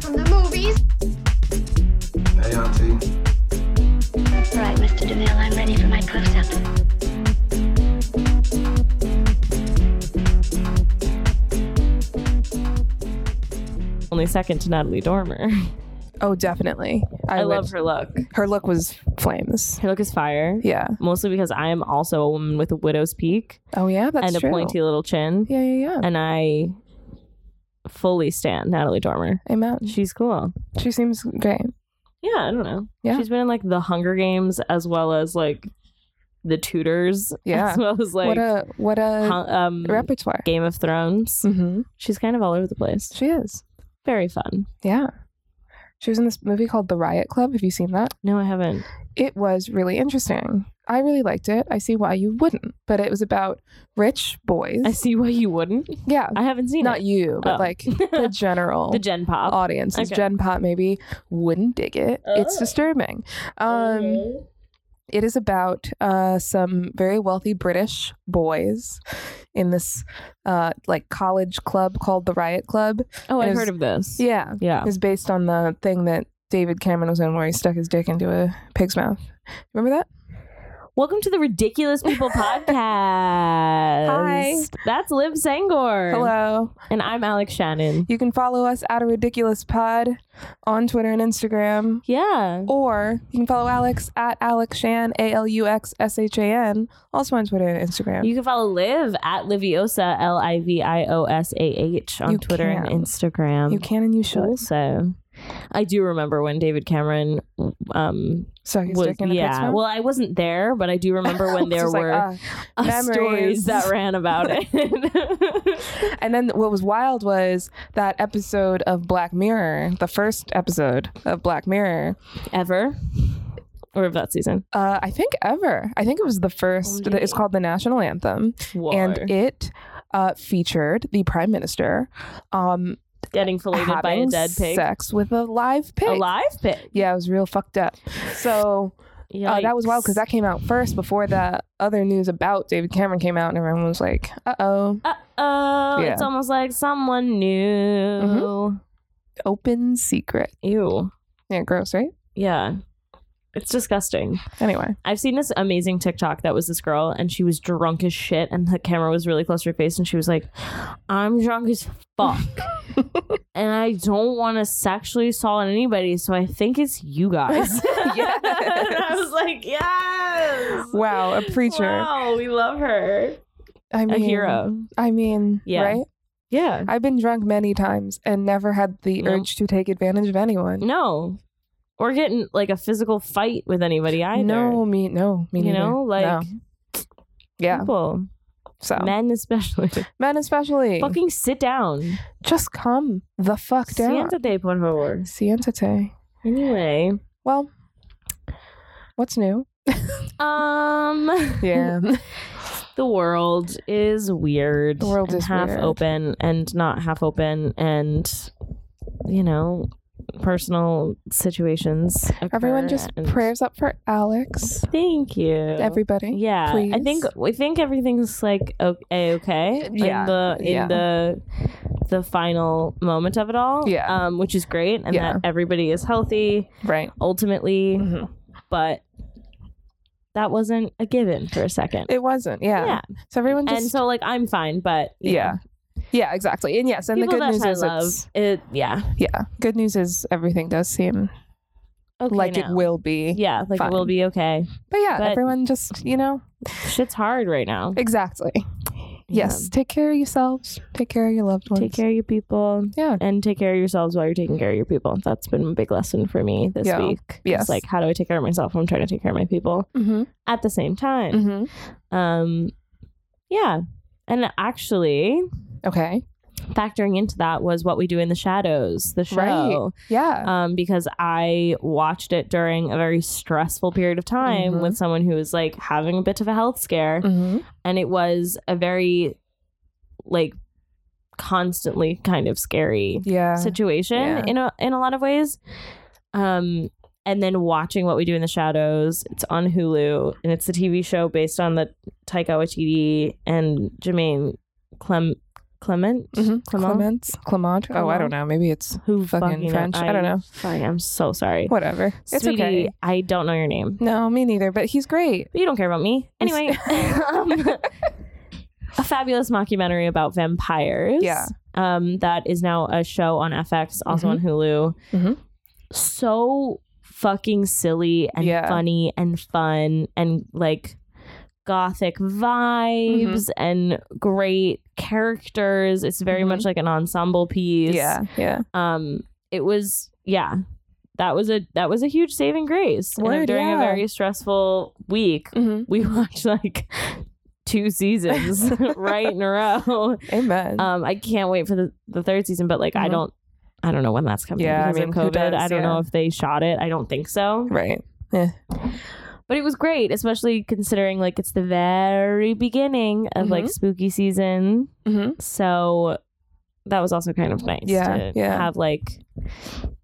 please? Hey, Auntie. All right, Mr. DeMille, I'm ready for my close-up. Only second to Natalie Dormer. Oh, definitely. I, would- love her look. Her look was flames. Her look is fire. Yeah. Mostly because I am also a woman with a widow's peak Oh yeah, that's and a true. pointy little chin. Yeah, yeah, yeah. And I fully stand Natalie Dormer. Amen. She's cool. She seems great. Yeah, I don't know. Yeah. She's been in like the Hunger Games as well as like the Tudors. Yeah. As well as like what a what a Hun- um, repertoire. Game of Thrones. Mm-hmm. She's kind of all over the place. She is. Very fun. Yeah. She was in this movie called The Riot Club. Have you seen that? No, I haven't. It was really interesting. I really liked it. I see why you wouldn't. But it was about rich boys. I see why you wouldn't. Yeah. I haven't seen Not it. you, but Oh. like the general the Gen Pop. audience. This Okay. Gen Pop maybe wouldn't dig it. It's Oh. disturbing. Um it is about uh, some very wealthy British boys in this uh, like college club called the Riot Club. oh, I've is- heard of this. Yeah, Yeah. it's based on the thing that David Cameron was in where he stuck his dick into a pig's mouth. Remember that? Welcome to the Ridiculous People podcast. Hi. That's Liv Sangor. Hello. And I'm Alex Shannon. You can follow us at a ridiculous pod on Twitter and Instagram. Yeah. Or you can follow Alex at Alex Shan, A L U X S H A N, also on Twitter and Instagram. You can follow Liv at Liviosa, L I V I O S A H, on You Twitter can. and Instagram. You can and you should. Also, I do remember when David Cameron um, Suck his was, dick in Oh, a pig's yeah. mouth. Well, I wasn't there, but I do remember when there Just like, were ah. uh, memories. stories that ran about it. And then what was wild was that episode of Black Mirror, the first episode of Black Mirror, Ever. Or of that season. uh, I think ever. I think it was the first. Only- It's called the National Anthem, War. and it uh, featured the Prime Minister um, getting filleted by a having dead pig. sex with a live pig. A live pig. Yeah, it was real fucked up. So uh, that was wild because Yikes. that came out first before the other news about David Cameron came out, and everyone was like, "Uh oh, Uh-oh, Yeah. Mm-hmm. it's almost like someone new. open secret." Ew. Yeah, gross, right? Yeah. It's disgusting. Anyway, I've seen this amazing TikTok that was this girl and she was drunk as shit and the camera was really close to her face and she was like, I'm drunk as fuck. and I don't want to sexually assault anybody, so I think it's you guys. Yes. and I was like, yes. wow, a preacher. Wow, we love her. I mean, a hero. I mean, Yeah. right? Yeah. Mm-hmm. I've been drunk many times and never had the Nope. urge to take advantage of anyone. No. Or get in like a physical fight with anybody either. No, me, no, me you neither. know, like No. yeah. people, So men especially. men, especially, Fucking sit down. just come the fuck down. Siéntate, por favor. Siéntate. Anyway, Well, what's new? um, Yeah, the world is weird. The world and is half weird. open and not half open, and you know, personal situations. occur everyone, just and- prayers up for Alex. Thank you. Everybody, Yeah, I please. think I think everything's like okay, okay Yeah, in the in yeah. the the final moment of it all. Yeah. um, which is great, and Yeah. that everybody is healthy right? ultimately, Mhm. but that wasn't a given for a second. It wasn't. Yeah. Yeah. So everyone just. and so like I'm fine, but you yeah. Yeah, exactly. And yes, know, and people the good news that I is love, it's it yeah, yeah. Good news is everything does seem okay like it now. will be. Yeah, like Fine. it will be okay. But yeah, But- everyone just, you know, Shit's hard right now. exactly. Yes, take care of yourselves. Take care of your loved Yeah. ones. Take care of your people. Yeah. and take care of yourselves while you're taking care of your people. That's been a big lesson for me this Yeah. week. It's Yes. like how do I take care of myself when I'm trying to take care of my people Mm-hmm. at the same time? Mm-hmm. Um, yeah, and actually Okay. factoring into that was what we do in the shadows, the show, Yeah. um, because I watched it during a very stressful period of time Mhm. with someone who was like having a bit of a health scare, mm-hmm. and it was a very like constantly kind of scary Yeah. situation Yeah. in a in a lot of ways. Um and then watching what we do in the shadows. It's on Hulu and it's a TV show based on the Taika Waititi and Jermaine Clem Clement, Mhm. Clement? Clements, Clement. Oh, I don't know. Maybe it's who Fucking French. I don't know. Sorry, I'm so sorry. whatever. It's Sweetie, okay. I don't know your name. No, me neither. But he's great. But you don't care about me. Anyway, um, a fabulous mockumentary about vampires. Yeah. Um, that is now a show on FX, also on Hulu. Mhm. So fucking silly and Yeah. funny and fun and like gothic vibes Mm-hmm. and great characters. It's very Mhm. much like an ensemble piece. Yeah, yeah. um it was yeah that was a that was a huge saving grace And Word, during yeah. a very stressful week Mm-hmm. we watched like two seasons right in a row Amen. um i can't wait for the, the third season but like i Mhm. don't i don't know when that's coming Yeah, I because mean, who of covid does, i don't yeah. know if they shot it i don't think so right. but it was great especially considering like it's the very beginning of like spooky season Mm-hmm. so that was also kind of nice Yeah, to yeah. have like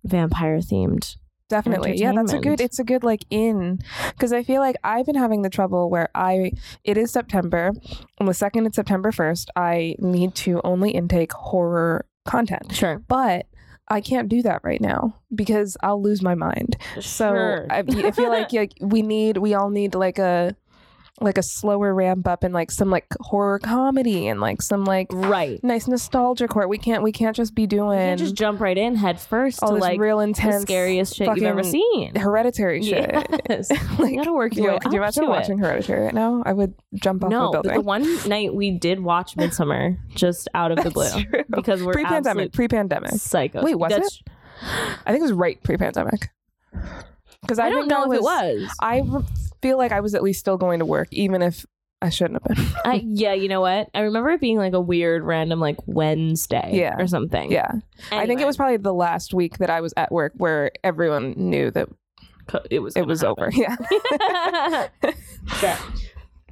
vampire themed Definitely. Yeah, that's a good. Entertainment. It's a good like in because I feel like I've been having the trouble where I it is September and the second it's September first, I need to only intake horror content, Sure. but. I can't do that right now because I'll lose my mind. So I, I feel like like we need we all need like a like a slower ramp up and like some like horror comedy and like some like right. nice nostalgic horror. We can't we can't just be You doing can't just jump right in head first all to this like real the intense, scariest shit you've ever fucking seen. hereditary shit. Yes. Like, you gotta work your Yo, way could you up imagine to watching it. Hereditary right now? I would jump off No, a but building. the one night we did watch Midsummer just out of the blue That's true. because we're pre-pandemic, absolute pre-pandemic. psychos. Wait, was That's- I think it was right pre-pandemic. Because I, I, don't think I know if it was. was. I re- feel like I was at least still going to work, even if I shouldn't have been. I, yeah, you know what? I remember it being like a weird, random, like Wednesday, Yeah. or something. yeah, I think it Anyway, was probably the last week that I was at work where everyone knew that co- it was. it gonna was happen. over. Yeah, Sure.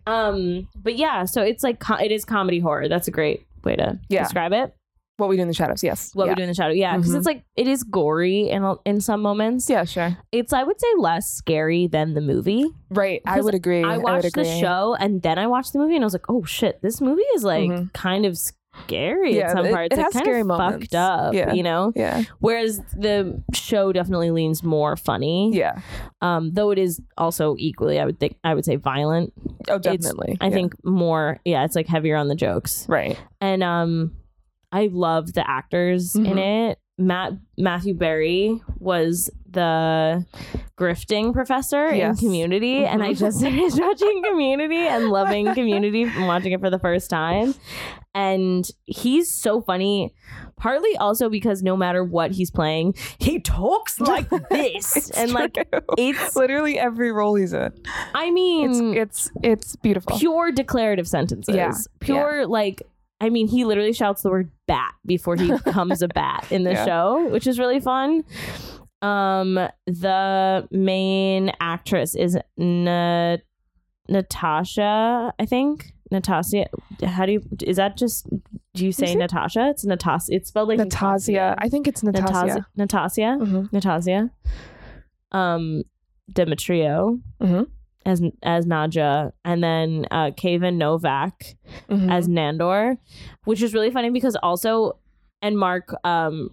Um, but yeah, so it's like co- it is comedy horror. That's a great way to Yeah. describe it. what we do in the shadows. Yes, What yeah. we do in the shadow, yeah, Mm-hmm. because Mhm. it's like it is gory in a- in some moments. Yeah, sure. It's I would say less scary than the movie. Right, I 'Cause would agree. I would watched agree. the show and then I watched the movie and I was like, oh shit, this movie is like Mhm. kind of scary Yeah, at some it- parts. it has kind scary of moments. fucked up, Yeah. you know. Yeah, Whereas the show definitely leans more funny, yeah. um, though it is also equally, I would think, I would say violent. Oh, It's- definitely. I Yeah. think more, yeah, it's like heavier on the jokes. right. And um I love the actors Mm-hmm. in it. Matt Matthew Berry was the grifting professor Yes. in community. And I Mhm. just finished watching community and loving community and watching it for the first time. And he's so funny, partly also because no matter what he's playing, he talks like this. and like true. it's literally every role he's in. I mean It's it's it's beautiful. pure declarative sentences. Yeah, Pure like I mean, he literally shouts the word bat before he becomes a bat in the Yeah. show, which is really fun. Um the main actress is Na- Natasha, I think. Natasha, how do you is that just do you say it- Natasha? It's Natasha. It's spelled like Natasha. I think it's Natasha. Natasha. Natasha. Mhm. Natasha. Um Demetrio Mhm. as as Naja, and then uh, Kaven Novak Mhm. as Nandor, which is really funny because also and Mark um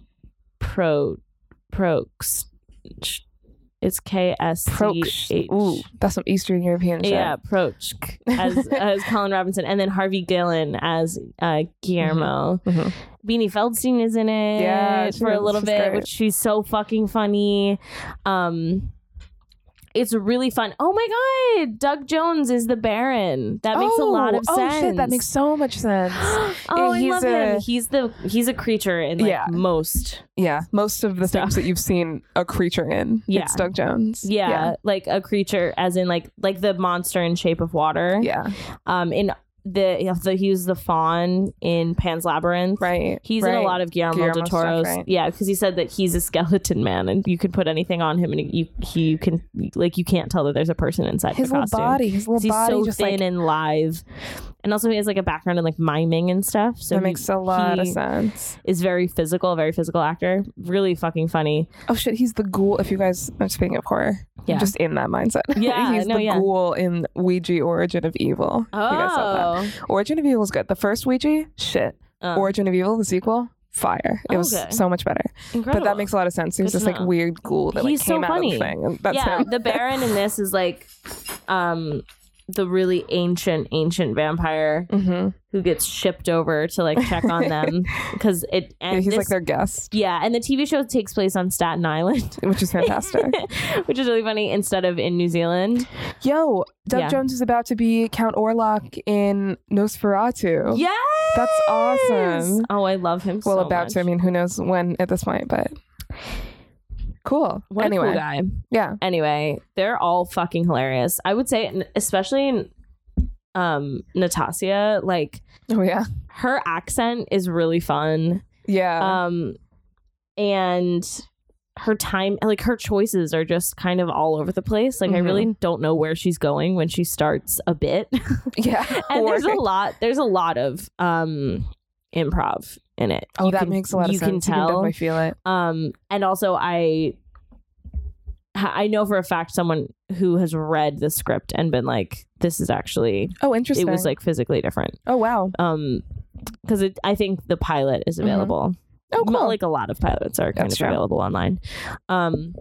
Pro Prox, it's K S Proksh. C Ooh, H. that's some Eastern European shit. Yeah, Proch as as Colin Robinson, and then Harvey Gillen as uh, Guillermo. Mhm. Beanie Feldstein is in it Yeah, she for a was- little she's bit, great. which she's so fucking funny. Um, it's really fun. Oh my god, Doug Jones is the Baron. That makes a lot Oh, of sense. Oh shit, that makes so much sense. oh, I he's love a- him. He's the he's a creature in like Yeah. most yeah, most of the Stuff. things that you've seen a creature in, Yeah. it's Doug Jones. yeah, like a creature as in like like the monster in Shape of Water. yeah, yeah. Um, in the, the he was the fawn in Pan's Labyrinth. right. He's in a right. lot of Guillermo, Guillermo del stuff, Toro's. right. Yeah, because he said that he's a skeleton man, and you can put anything on him, and you he you can like you can't tell that there's a person inside his the little costume. body, his little 'Cause He's body, so just thin like and live, and also he has like a background in like miming and stuff. So that he- makes a lot of he sense. Is very physical, very physical actor. Really fucking funny. Oh shit, he's the ghoul. If you guys, I'm speaking of horror. I'm Yeah. just in that mindset. Yeah, he's no, the yeah. ghoul in Oh. Ouija Origin of Evil. If you guys saw that. Origin of Evil is good. The first Ouija, shit. Uh, Origin of Evil, the sequel, fire. It was Okay. so much better. incredible. But that makes a lot of sense. He was Good this to like know. weird ghoul that like He's so came out of funny. the thing. And that's yeah, him. the Baron in this is like, um, the really ancient ancient vampire hmm who gets shipped over to like check on them because it and Yeah, he's like this- their guest, yeah, and the TV show takes place on Staten Island, which is fantastic. which is really funny. Instead of in New Zealand, Yo, Doug Yeah. Jones is about to be Count Orlok in Nosferatu. yes, Oh, That's awesome. Oh, I love him. Well, so about much. to. I mean, who knows when at this point, but cool. What anyway, a cool guy. yeah. Anyway, they're all fucking hilarious. I would say, n- especially in um Natasha, like Oh yeah, her accent is really fun. yeah. Um, and her time, like her choices are just kind of all over the place. Like I Mhm. really don't know where she's going when she starts a bit. yeah. and there's a Or- lot. There's a lot of um improv in it. oh, You that can- makes a lot of you sense. Can tell. You can definitely feel it. Um, and also I I know for a fact someone who has read the script and been like, this is actually Oh, interesting. it was like physically different. oh wow. Um, because it I think the pilot is Mhm. available. Oh Not cool. Like a lot of pilots are kind That's of true. available online. Um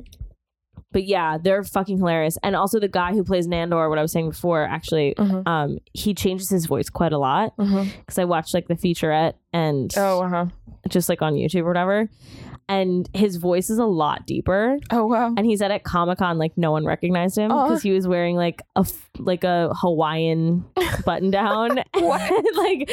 but yeah, they're fucking hilarious. And also the guy who plays Nandor, what I was saying before, actually, Mhm. um, he changes his voice quite a lot Mhm. because I watched like the featurette and Oh uh huh. just like on YouTube or whatever. And his voice is a lot deeper. Oh wow. And he said at Comic Con, like no one recognized him Aw. because he was wearing like a f- like a Hawaiian button down, and, like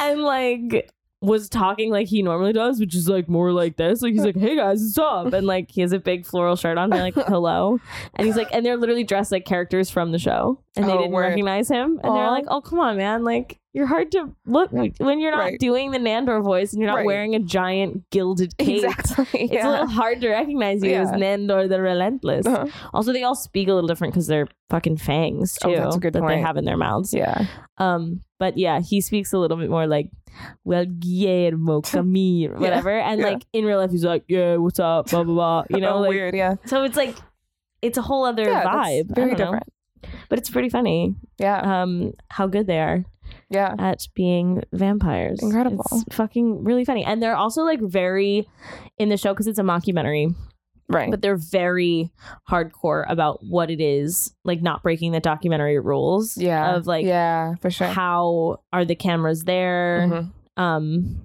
and like was talking like he normally does, which is like more like this. Like he's like, "Hey guys, what's up?" And like he has a big floral shirt on, they're like, "Hello," and he's like, and they're literally dressed like characters from the show, and they Oh, didn't word. recognize him, and they're Aw. like, "Oh come on, man! Like you're hard to look when you're not Right. doing the Nandor voice and you're not Right. wearing a giant gilded cape." Exactly. It's a little hard to recognize you as Yeah. Nandor the Relentless. Uh-huh. Also, they all speak a little different because they're fucking fangs too Oh, that's a good that they point. have in their mouths. Yeah. Um, but yeah, he speaks a little bit more like, well, Guillermo, Camille, whatever. And yeah. like in real life, he's like, yeah, what's up, blah blah blah. You know, oh, like weird. Yeah. so it's like it's a whole other Yeah, that's vibe. I Very don't know. different. but it's pretty funny. Yeah. Um, how good they are yeah. at being vampires. Incredible. It's fucking really funny, and they're also like very in the show because it's a mockumentary Right. but they're very hardcore about what it is like not breaking the documentary rules yeah. of like yeah for sure. how are the cameras there Mhm. um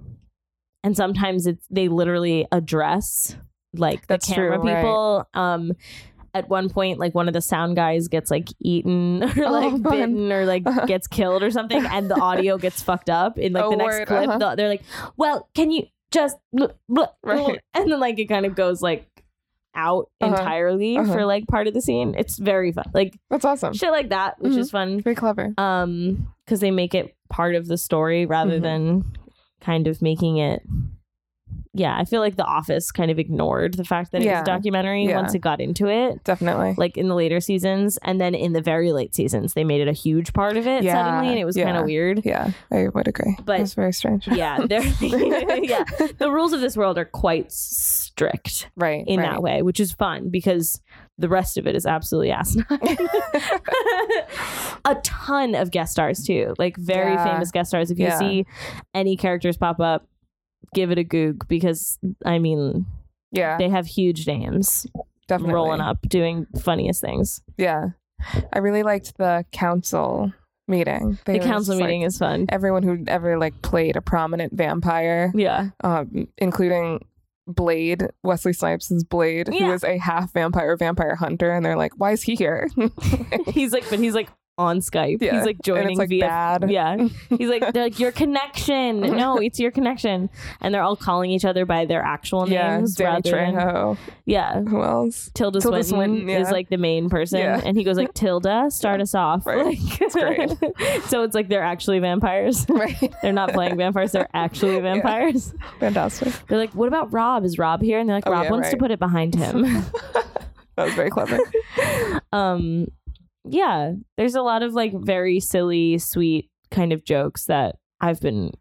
and sometimes it's they literally address like That's the camera true, right. people um at one point like one of the sound guys gets like eaten or Oh, like fun. bitten or like Uh-huh. gets killed or something and the audio gets fucked up in like Oh, the next word, clip uh-huh. the- they're like well can you just blah, blah, blah," Right. and then like it kind of goes like out Uh-huh. entirely Uh-huh. Um, for like part of the scene it's very fun like That's awesome. shit like that mm-hmm. which is fun Very clever. um because they make it part of the story rather Mhm. than kind of making it yeah i feel like the office kind of ignored the fact that it was Yeah. a documentary Yeah. once it got into it Definitely. like in the later seasons and then in the very late seasons they made it a huge part of it Yeah, suddenly and it was kind yeah. of weird yeah, I would agree. But- it's very strange. yeah they're yeah the rules of this world are quite strict Right. in that way which is fun because the rest of it is absolutely asinine a ton of guest stars too, like very Yeah. famous guest stars. If you Yeah. see any characters pop up, give it a goog because I mean Yeah. they have huge names Definitely. rolling up doing funniest things. Yeah. I really liked the council meeting. They the were council just, like, meeting is fun. everyone who ever like played a prominent vampire, Yeah, um, including Blade, Wesley Snipes' Blade, who Yeah. is a half vampire, vampire hunter, and they're like, "Why is he here?" he's like, but he's like on Skype. Yeah. He's like and joining it's like via. bad. Yeah, he's like they're like your connection. No, it's your connection, and they're all calling each other by their actual Yeah, names rather Danny than- Trejo. yeah. Who else? Tilda, Tilda Swinton, Swinton, yeah. is like the main person, Yeah. and he goes like, "Tilda, start us off." Right. Like, great. so it's like they're actually vampires. Right. they're not playing vampires; they're actually vampires. Fantastic. They're like, "What about Rob? Is Rob here?" And they're like, Oh, "Rob yeah, wants to right. put it behind him." That was very clever. um, yeah, there's a lot of like very silly, sweet kind of jokes that I've been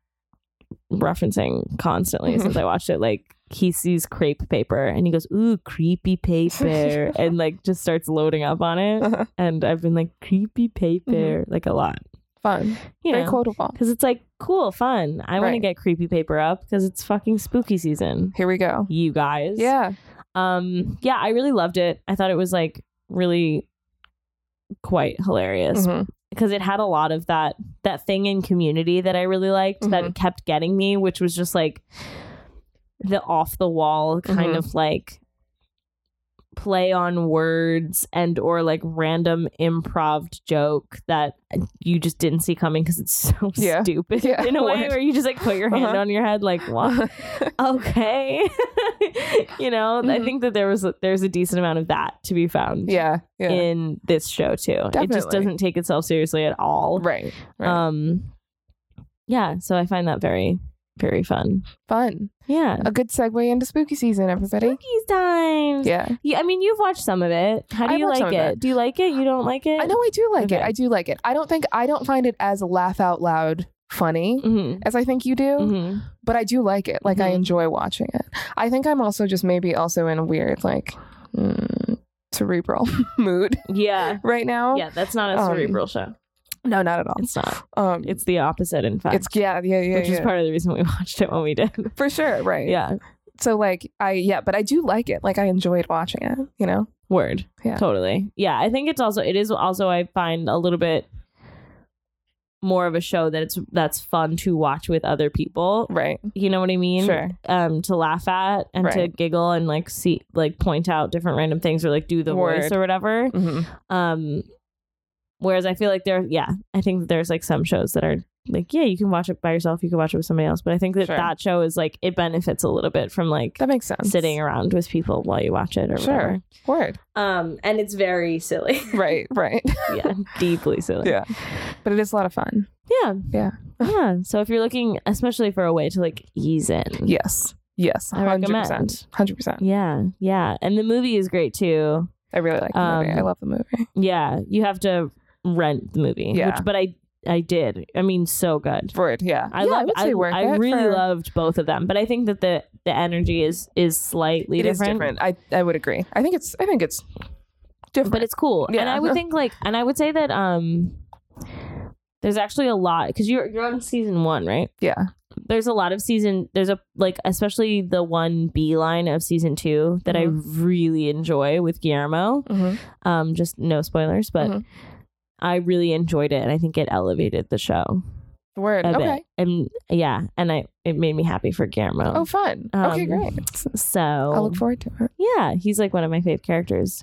referencing constantly since I watched it. Like. He sees crepe paper and he goes, Ooh, creepy paper, and like just starts loading up on it. Uh-huh. and I've been like creepy paper like a lot, Fun. you very know, quotable. because it's like cool, fun. I want to Right. get creepy paper up because it's fucking spooky season. Here we go. You guys. Yeah. Um, yeah, I really loved it. I thought it was like really quite hilarious Mhm. because it had a lot of that that thing in community that I really liked Mm-hmm. that kept getting me, which was just like the off the wall kind Mhm. of like play on words and or like random improv joke that you just didn't see coming because it's so Yeah. stupid Yeah. in a way What? where you just like put your hand Uh-huh. on your head like what okay you know i Mhm. think that there was a, there's a decent amount of that to be found Yeah. Yeah. in this show too it just Definitely. doesn't take itself seriously at all. right. Right. um yeah so i find that very very fun Fun. yeah A good segue into spooky season, everybody. spookies times Yeah. yeah i mean you've watched some of it how do I you watched some like of it it. do you like it you don't like it I know I do like it. Okay. I do like it. I don't think I don't find it as laugh out loud funny Mhm. as I think you do, Mhm. but I do like it. Like I Mhm. enjoy watching it. I think I'm also just maybe also in a weird like mm, cerebral mood yeah right now. yeah that's not a Um, cerebral show No, not at all. it's not Um, it's the opposite in fact it's yeah yeah yeah, which is yeah. part of the reason we watched it when we did for sure right. yeah So like I yeah, but I do like it. Like I enjoyed watching it. You know. Word. Yeah. Totally. Yeah. I think it's also it is also I find a little bit more of a show that it's that's fun to watch with other people. Right. You know what I mean? Sure. Um, to laugh at and to Right. giggle and like see like point out different random things or like do the voice Word. or whatever. hmm Um whereas I feel like there yeah, I think that there's like some shows that are like, yeah, you can watch it by yourself, you can watch it with somebody else. But I think that Sure. that show is like it benefits a little bit from like That makes sense. sitting around with people while you watch it or Sure. whatever. Word. Um, and it's very silly. Right. Right. yeah, deeply silly. yeah. But it is a lot of fun. yeah, Yeah. yeah. So if you're looking, especially for a way to like ease in, Yes. Yes. I 100%. recommend. 100%. yeah, yeah. And the movie is great too. I really like the movie. Um, I love the movie. Yeah, you have to rent the movie. Yeah. which, but I, I did. I mean, so good. Word. Yeah. I yeah, love. I would say I, worth I it really for- loved both of them, but I think that the the energy is is slightly It is different. I, I would agree. I think it's I think it's different. but it's cool. And Yeah. I would think like, and I would say that um, there's actually a lot because you're you're on season one, right? yeah. there's a lot of season there's a like especially the one b line of season two that i Mm-hmm. really enjoy with guillermo Mhm. um just no spoilers but Mhm. i really enjoyed it and i think it elevated the show Word. a Okay. bit and yeah and i it made me happy for guillermo Oh fun. okay, Um, great. so I'll look forward to it. yeah he's like one of my favorite characters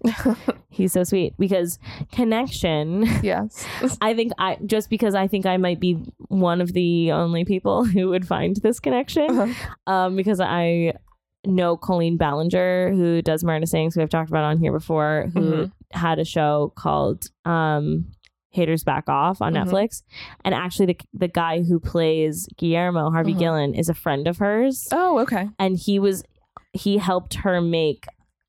he's so sweet because connection Yes. I think I just because I think I might be one of the only people who would find this connection, um, because I know Colleen Ballinger who does Marina Sings, who I've talked about on here before, who Mhm. had a show called um, "Haters Back Off" on Mhm. Netflix, and actually the the guy who plays Guillermo Harvey Mhm. Gillen is a friend of hers, Oh, okay. and he was he helped her make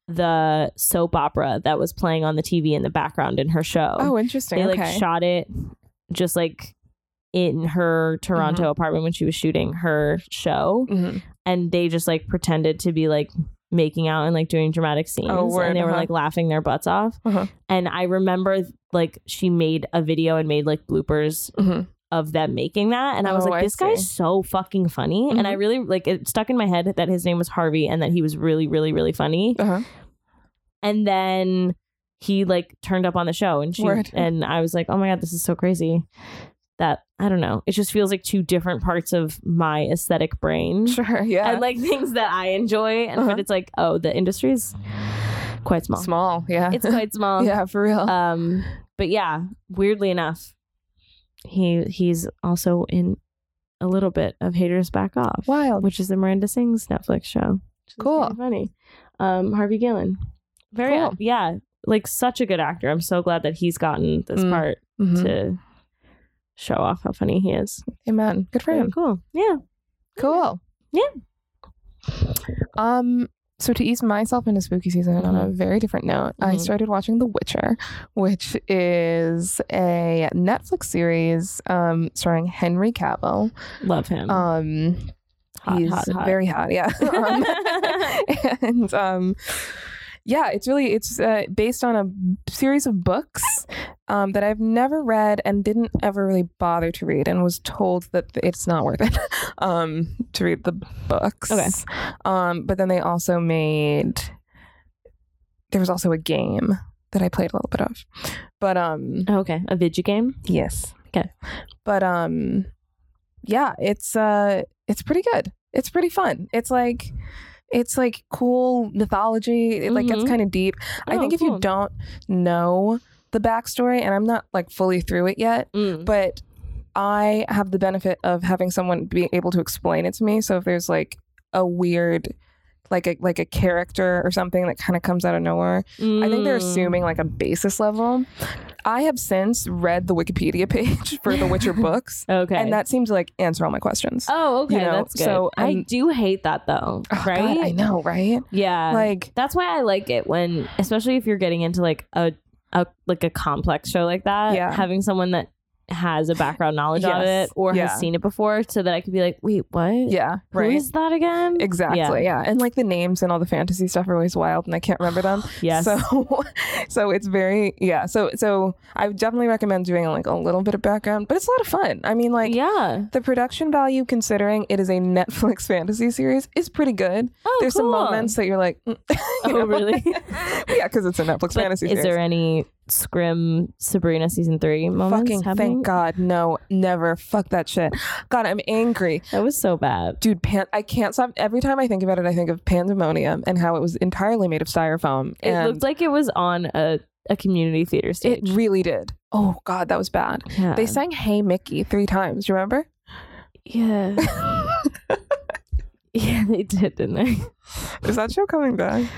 the soap opera that was playing on the TV in the background in her show Oh, interesting. they okay. like shot it just like in her Toronto Mm-hmm. apartment when she was shooting her show Mhm. and they just like pretended to be like making out and like doing dramatic scenes word, and they were uh-huh. like laughing their butts off Uh-huh. and i remember like she made a video and made like bloopers Mhm. of them making that and i was Oh, like I this see. Mm-hmm. guy's so fucking funny and i really like it stuck in my head that his name was harvey and that he was really really really funny Uh-huh. and then he like turned up on the show and she Word. and I was like, "Oh my god, this is so crazy." That I don't know. It just feels like two different parts of my aesthetic brain. Sure. Yeah. And like things that I enjoy and Uh-huh. but it's like, "Oh, the industry's quite small." small. Yeah. It's quite small. yeah, for real. Um but yeah, weirdly enough, he he's also in a little bit of Haters Back Off, Wild. which is the Miranda Sings Netflix show. which is Cool. kinda Funny. Um, Harvey Gillen. Very, Cool. yeah, like such a good actor. I'm so glad that he's gotten this Mm. part Mhm. to show off how funny he is. Amen. Good for Very him. cool. Yeah. Cool. Yeah. Um. So to ease myself into spooky season, on a very different note, I Mhm. started watching The Witcher, which is a Netflix series um, starring Henry Cavill. Love him. Um, hot, he's hot, hot. very hot, yeah. Um, and um, yeah, it's really it's uh, based on a series of books um, that I've never read and didn't ever really bother to read, and was told that it's not worth it um, to read the books. Okay. Um, but then they also made there was also a game that I played a little bit of, but um, Okay, a video game. yes, Okay. but um, yeah, it's uh, it's pretty good. It's pretty fun. It's like. It's like cool mythology. It like gets Mhm. kind of deep. I Oh, think if cool. you don't know the backstory, and I'm not like fully through it yet, Mm. but I have the benefit of having someone be able to explain it to me. So if there's like a weird, like a like a character or something that kind of comes out of nowhere, I think they're Mm. assuming like a basis level. I have since read the Wikipedia page for the Witcher books, Okay. and that seems to like answer all my questions. Oh, okay. you know, that's good. so, I um, do hate that though. Oh, God, right? I know, right? Yeah. Like, that's why I like it when, especially if you're getting into like a, a like a complex show like that. Yeah. Having someone that has a background knowledge of Yes. it or Yeah. has seen it before, so that I could be like, wait, what? yeah, Who right. is that again? Exactly. Yeah. And like the names and all the fantasy stuff are always wild and I can't remember them. Yes. So so it's very yeah. So so I would definitely recommend doing like a little bit of background, but it's a lot of fun. I mean like yeah. the production value considering it is a Netflix fantasy series is pretty good. Oh, There's some cool. moments that you're like mm, you Oh, know? really? yeah, cuz it's a Netflix But fantasy is series. there any Scrim Sabrina season three moments? Fucking happening? thank God. No, never. Fuck that shit. God, I'm angry. That was so bad. dude pan- i can't stop every time i think about it i think of pandemonium and how it was entirely made of styrofoam It and looked like it was on a, a community theater stage. it really did oh god that was bad yeah. they sang hey mickey three times you remember Yeah. yeah, they did, didn't they? is that show coming back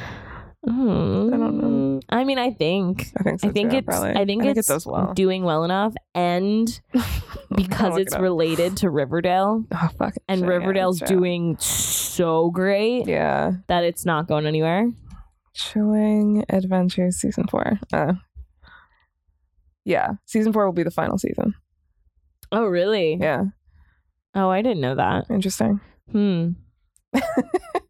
Mm. don't know. I mean, I think. i think so I think too, it's probably. I think it it's does well doing well enough and because look it's it up. related to Riverdale oh fuck and shit, yeah, Riverdale's that's right. doing so great yeah that it's not going anywhere. chilling adventures season four uh, yeah season four will be the final season Oh, really? yeah Oh, I didn't know that. interesting Hmm.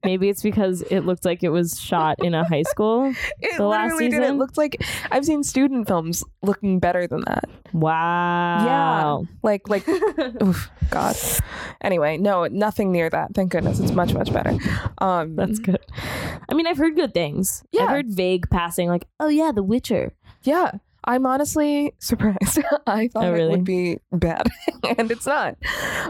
Maybe it's because it looked like it was shot in a high school. it The last literally did it season? looked like i've seen student films looking better than that Wow. like like oof, god anyway no nothing near that thank goodness it's much much better um That's good. I mean, I've heard good things. Yeah. I've heard vague passing, like, oh yeah, The Witcher. yeah i'm honestly surprised i thought Oh, it really? would be bad and it's not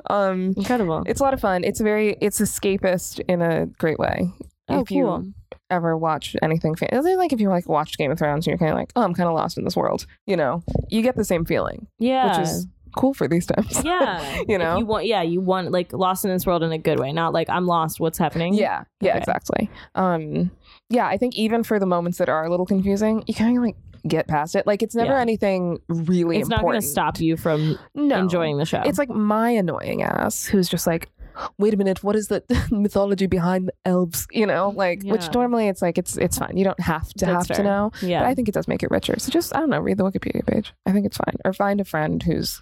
um Incredible. it's a lot of fun it's very it's escapist in a great way oh, if cool. you ever watch anything fa- it's like if you like watched game of thrones and you're kind of like oh i'm kind of lost in this world you know you get the same feeling yeah. which is cool for these times yeah. you know If you want, yeah, you want like lost in this world in a good way, not like I'm lost. What's happening? Yeah, yeah, Okay. exactly. Um, yeah, I think even for the moments that are a little confusing, you kind of like get past it. Like it's never Yeah. anything really it's not going important. to stop you from No. enjoying the show. It's like my annoying ass who's just like, wait a minute, what is the mythology behind the elves? You know, like which Yeah. normally it's like it's it's fine. You don't have to That's have to fair. know. But yeah, I think it does make it richer. So just I don't know, read the Wikipedia page. I think it's fine. Or find a friend who's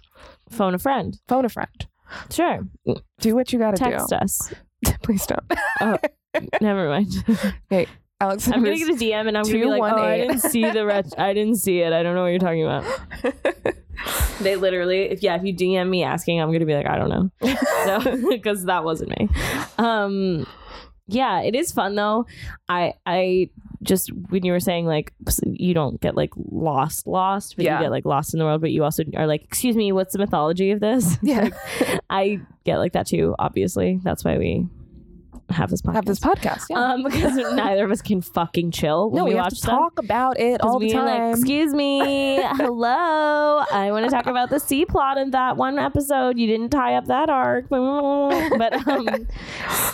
phone a friend. phone a friend. Sure, Do what you gotta text us. do. Please don't. Never mind. Alex, I'm gonna get a DM and I'm gonna be like, oh, I 218. didn't see the ret- I didn't see it. I don't know what you're talking about. They literally, if yeah, if you DM me asking, I'm gonna be like, I don't know, so because that wasn't me. Um, yeah, it is fun though. I I just when you were saying like you don't get like lost, lost, but Yeah. you get like lost in the world, but you also are like, excuse me, what's the mythology of this? yeah. I get like that too. Obviously, that's why we have this podcast. Have this podcast. Yeah. um, because neither of us can fucking chill when no, we, we, have watch to stuff. talk about it 'Cause all the we are time. Like, Excuse me. Hello. I want to talk about the C plot in that one episode. You didn't tie up that arc. But um,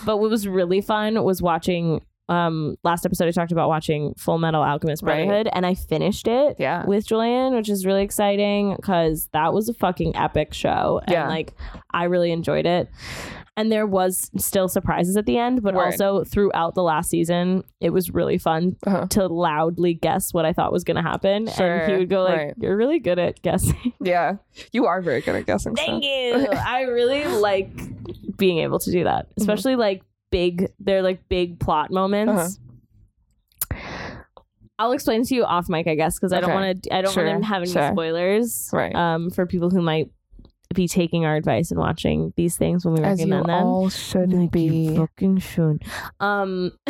but what was really fun was watching. Um, last episode I talked about watching Full Metal Alchemist Right. Brotherhood, and I finished it yeah. with Julian, which is really exciting because that was a fucking epic show. And Yeah. like I really enjoyed it. And there was still surprises at the end, but Word. also throughout the last season, it was really fun Uh-huh. to loudly guess what I thought was gonna happen. And he Sure. would go like, Right. You're really good at guessing. Yeah. You are very good at guessing. Thank stuff. you. I really like being able to do that. Mm-hmm. Especially like big they're like big plot moments. I'll explain to you off mic, I guess, because I don't Uh-huh. Okay. want to. I don't Sure, want to have any sure. spoilers, Right. Um, for people who might be taking our advice and watching these things when we As you recommend them. all should Like you be. fucking should. Um,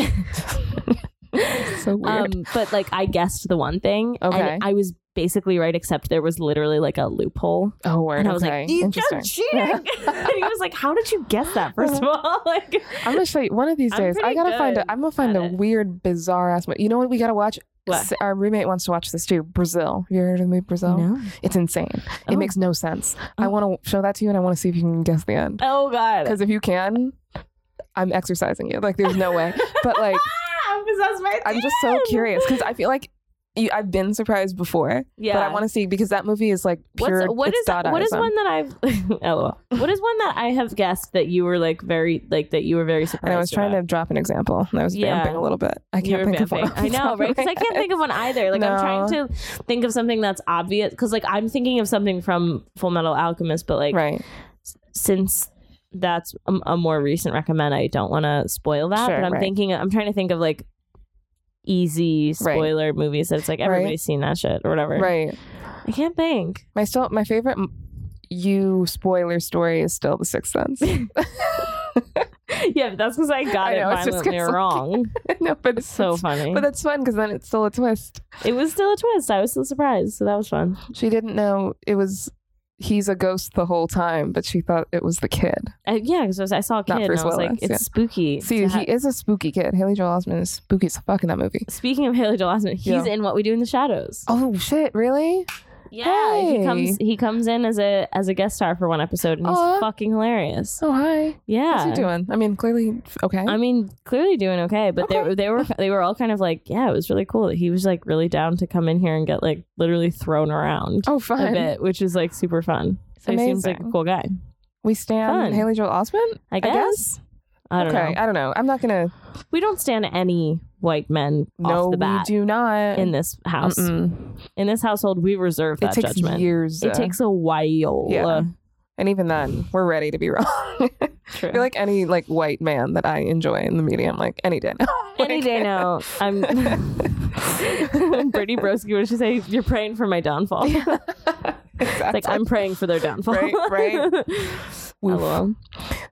So weird. um, but like I guessed the one thing, Okay. and I was basically right, except there was literally like a loophole, oh, word. and I was okay. like, "You Interesting. are cheating!" he was like, "How did you guess that?" First of all, like, I'm gonna show you one of these I'm days. I pretty gotta find good a. I'm gonna find at a it. weird, bizarre ass movie. You know what? We gotta watch. What? S- Our roommate wants to watch this too. Brazil. Have you heard of the movie Brazil? no. It's insane. Oh. It makes no sense. I Oh. want to show that to you, and I want to see if you can guess the end. Oh god, Because if you can, I'm exercising you. Like there's no way. But like, I'm possessed by I'm just so demons. curious because I feel like you, I've been surprised before. Yeah. But I want to see because that movie is like pure. What's, what it's is what is Dadaism. one that I've LOL. what is one that I have guessed that you were like very like that you were very surprised And I was trying about? to drop an example. And I was Yeah. vamping a little bit. I You can't were think of one. vamping. off I the top know, of right? my Because I can't head. think of one either. Like I'm No. trying to think of something that's obvious because like I'm thinking of something from Full Metal Alchemist, but like Right. since that's a, a more recent recommend, I don't want to spoil that. Sure, but I'm right. thinking I'm trying to think of like easy spoiler movies that it's like Right. everybody's seen that shit or whatever. Right. I can't think. My still my favorite m- you spoiler story is still The Sixth Sense. yeah, but that's because I got I know, it it's just violently 'cause, like, wrong. no, but it's so funny. But that's fun because then it's still a twist. it was still a twist. I was still surprised, so that was fun. She didn't know it was he's a ghost the whole time, but she thought it was the kid. I, yeah, because I saw a kid Not and I Bruce was like, Willis, it's yeah. spooky. See, to he ha- is a spooky kid. Haley Joel Osment is spooky as fuck in that movie. Speaking of Haley Joel Osment, he's Yeah. in What We Do in the Shadows. Oh shit, really? yeah, hey. he comes. He comes in as a as a guest star for one episode, and he's Aw. fucking hilarious. Oh hi. Yeah, How's he doing? I mean, clearly okay. I mean, clearly doing okay, but Okay. they they were they were all kind of like, yeah, it was really cool. that He was like really down to come in here and get like literally thrown around oh a fun. bit, which is like super fun. So he seems like a Amazing. cool guy. We stand Fun. Haley Joel Osment? I guess. I, guess? don't okay, know. I don't know. I'm not gonna We don't stand any white men No, off the we bat do not. in this house. Mm-mm. In this household, we reserve It that takes judgment. years. It uh, takes a while. Yeah. And even then, we're ready to be wrong. I True. feel like any like white man that I enjoy in the media, I'm like any day now. Any day now, I'm. Brittany Broski would she say, "You're praying for my downfall." It's exactly. like I'm praying for their downfall. Right, right. Woof. Hello.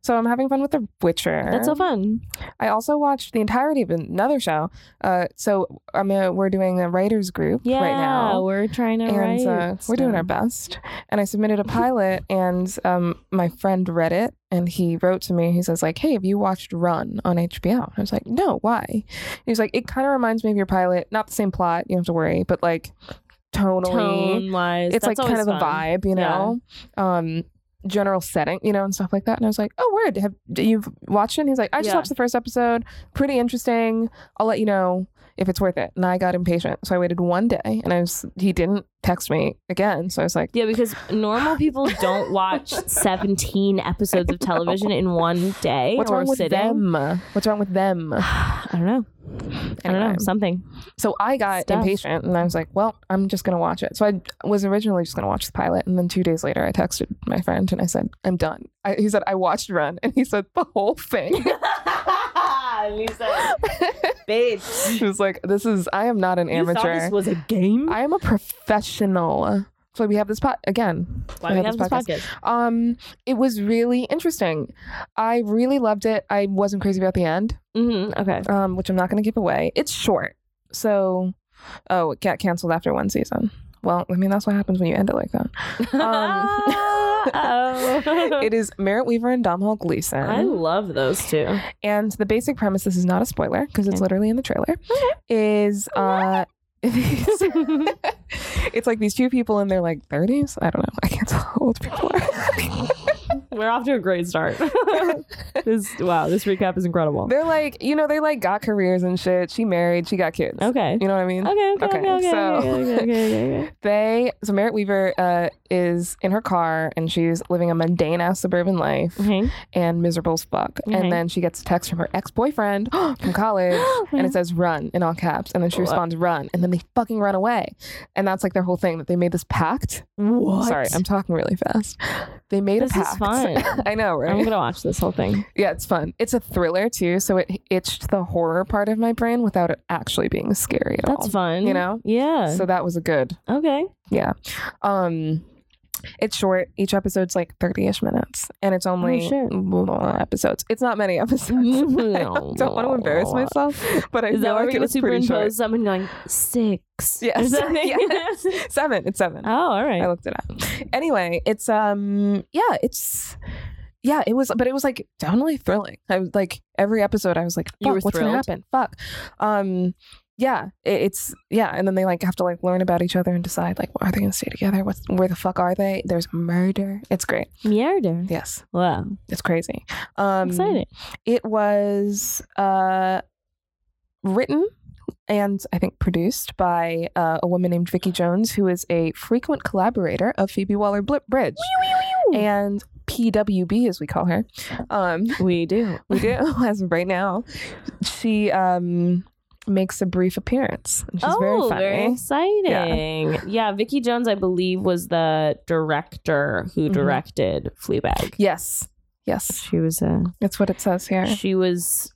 so I'm having fun with The Witcher. That's so fun. I also watched the entirety of another show. Uh, so I'm a, we're doing a writers group Yeah, right now. we're trying to And write. uh, we're doing our stuff. best. And I submitted a pilot, and um, my friend read it, and he wrote to me. He says like, "Hey, have you watched Run on HBO?" I was like, "No, why?" He was like, "It kind of reminds me of your pilot. Not the same plot. You don't have to worry, but like tonally, tone wise. it's like kind of a vibe, you know, um, general setting, you know, and stuff like that. And I was like, oh, word, have you've watched it? And he's like, I just Yeah. watched the first episode, pretty interesting. I'll let you know if it's worth it. And I got impatient, so I waited one day, and I was he didn't text me again, so I was like, Yeah, because normal people don't watch 17 episodes of television in one day what's or wrong with sitting. them? "Uh, What's wrong with them? I don't know. I don't know. Anyway. Something. So I got Stuff. impatient and I was like, well, I'm just going to watch it. So I was originally just going to watch the pilot. And then two days later, I texted my friend and I said, I'm done. I, he said, I watched Run. And he said, the whole thing. Bitch. She was like, "This is I am not an amateur. this was a game? I am a professional." So we have this pot again. Why do we have this podcast? Um, it was really interesting. I really loved it. I wasn't crazy about the end, Mm-hmm. Okay. um, which I'm not going to give away. It's short, so oh, it got canceled after one season. Well, I mean that's what happens when you end it like that. Uh-oh. Um, It is Merritt Weaver and Domhnall Gleeson. I love those two. And the basic premise, this is not a spoiler because it's Okay. literally in the trailer, is uh, it's like these two people in their like 30s. I don't know. I can't tell how old people are. We're off to a great start. this wow, this recap is incredible. they're like, you know, they like got careers and shit. She married, she got kids. Okay. You know what I mean? Okay, okay, okay, Okay, okay, so- okay, okay, okay, okay. They, so Merritt Weaver uh, is in her car and she's living a mundane ass suburban life Okay. and miserable as fuck. Okay. And then she gets a text from her ex boyfriend from college and it says run in all caps. And then she What? responds run. And then they fucking run away. And that's like their whole thing that they made this pact. What? Sorry, I'm talking really fast. They made This a is pact. fun. right. I know, right? I'm gonna watch this whole thing. yeah, it's fun. It's a thriller too, so it itched the horror part of my brain without it actually being scary at That's all. fun. You know? Yeah. So that was a good. okay. Yeah. Um it's short. Each episode's like 30-ish minutes. And it's Oh, only shit. little episodes. It's not many episodes. I don't want to embarrass myself, but I Is that feel where like we're it gonna was pretty short. superimpose someone going six? or Yes. something? Yes. Seven. It's seven. oh, all I right. looked it up. Anyway, it's um yeah, it's yeah, it was but it was like definitely thrilling. I was like every episode I was like, You Fuck, were what's gonna thrilled? happen? Fuck. Um yeah, it, it's yeah, and then they like have to like learn about each other and decide like are they gonna stay together? What's where the fuck are they? There's murder. It's great. Mierder. Yes. Wow. It's crazy. Um Exciting. it was uh, written and I think produced by uh, a woman named Vicky Jones, who is a frequent collaborator of Phoebe Waller Bridge and PWB, as we call her. Um, We do. we do, as of right now. She um, makes a brief appearance. and She's oh, very funny. exciting. Yeah. Vicky Jones, I believe, was the director who Mhm. directed Fleabag. Yes. Yes. She was a That's what it says here. she was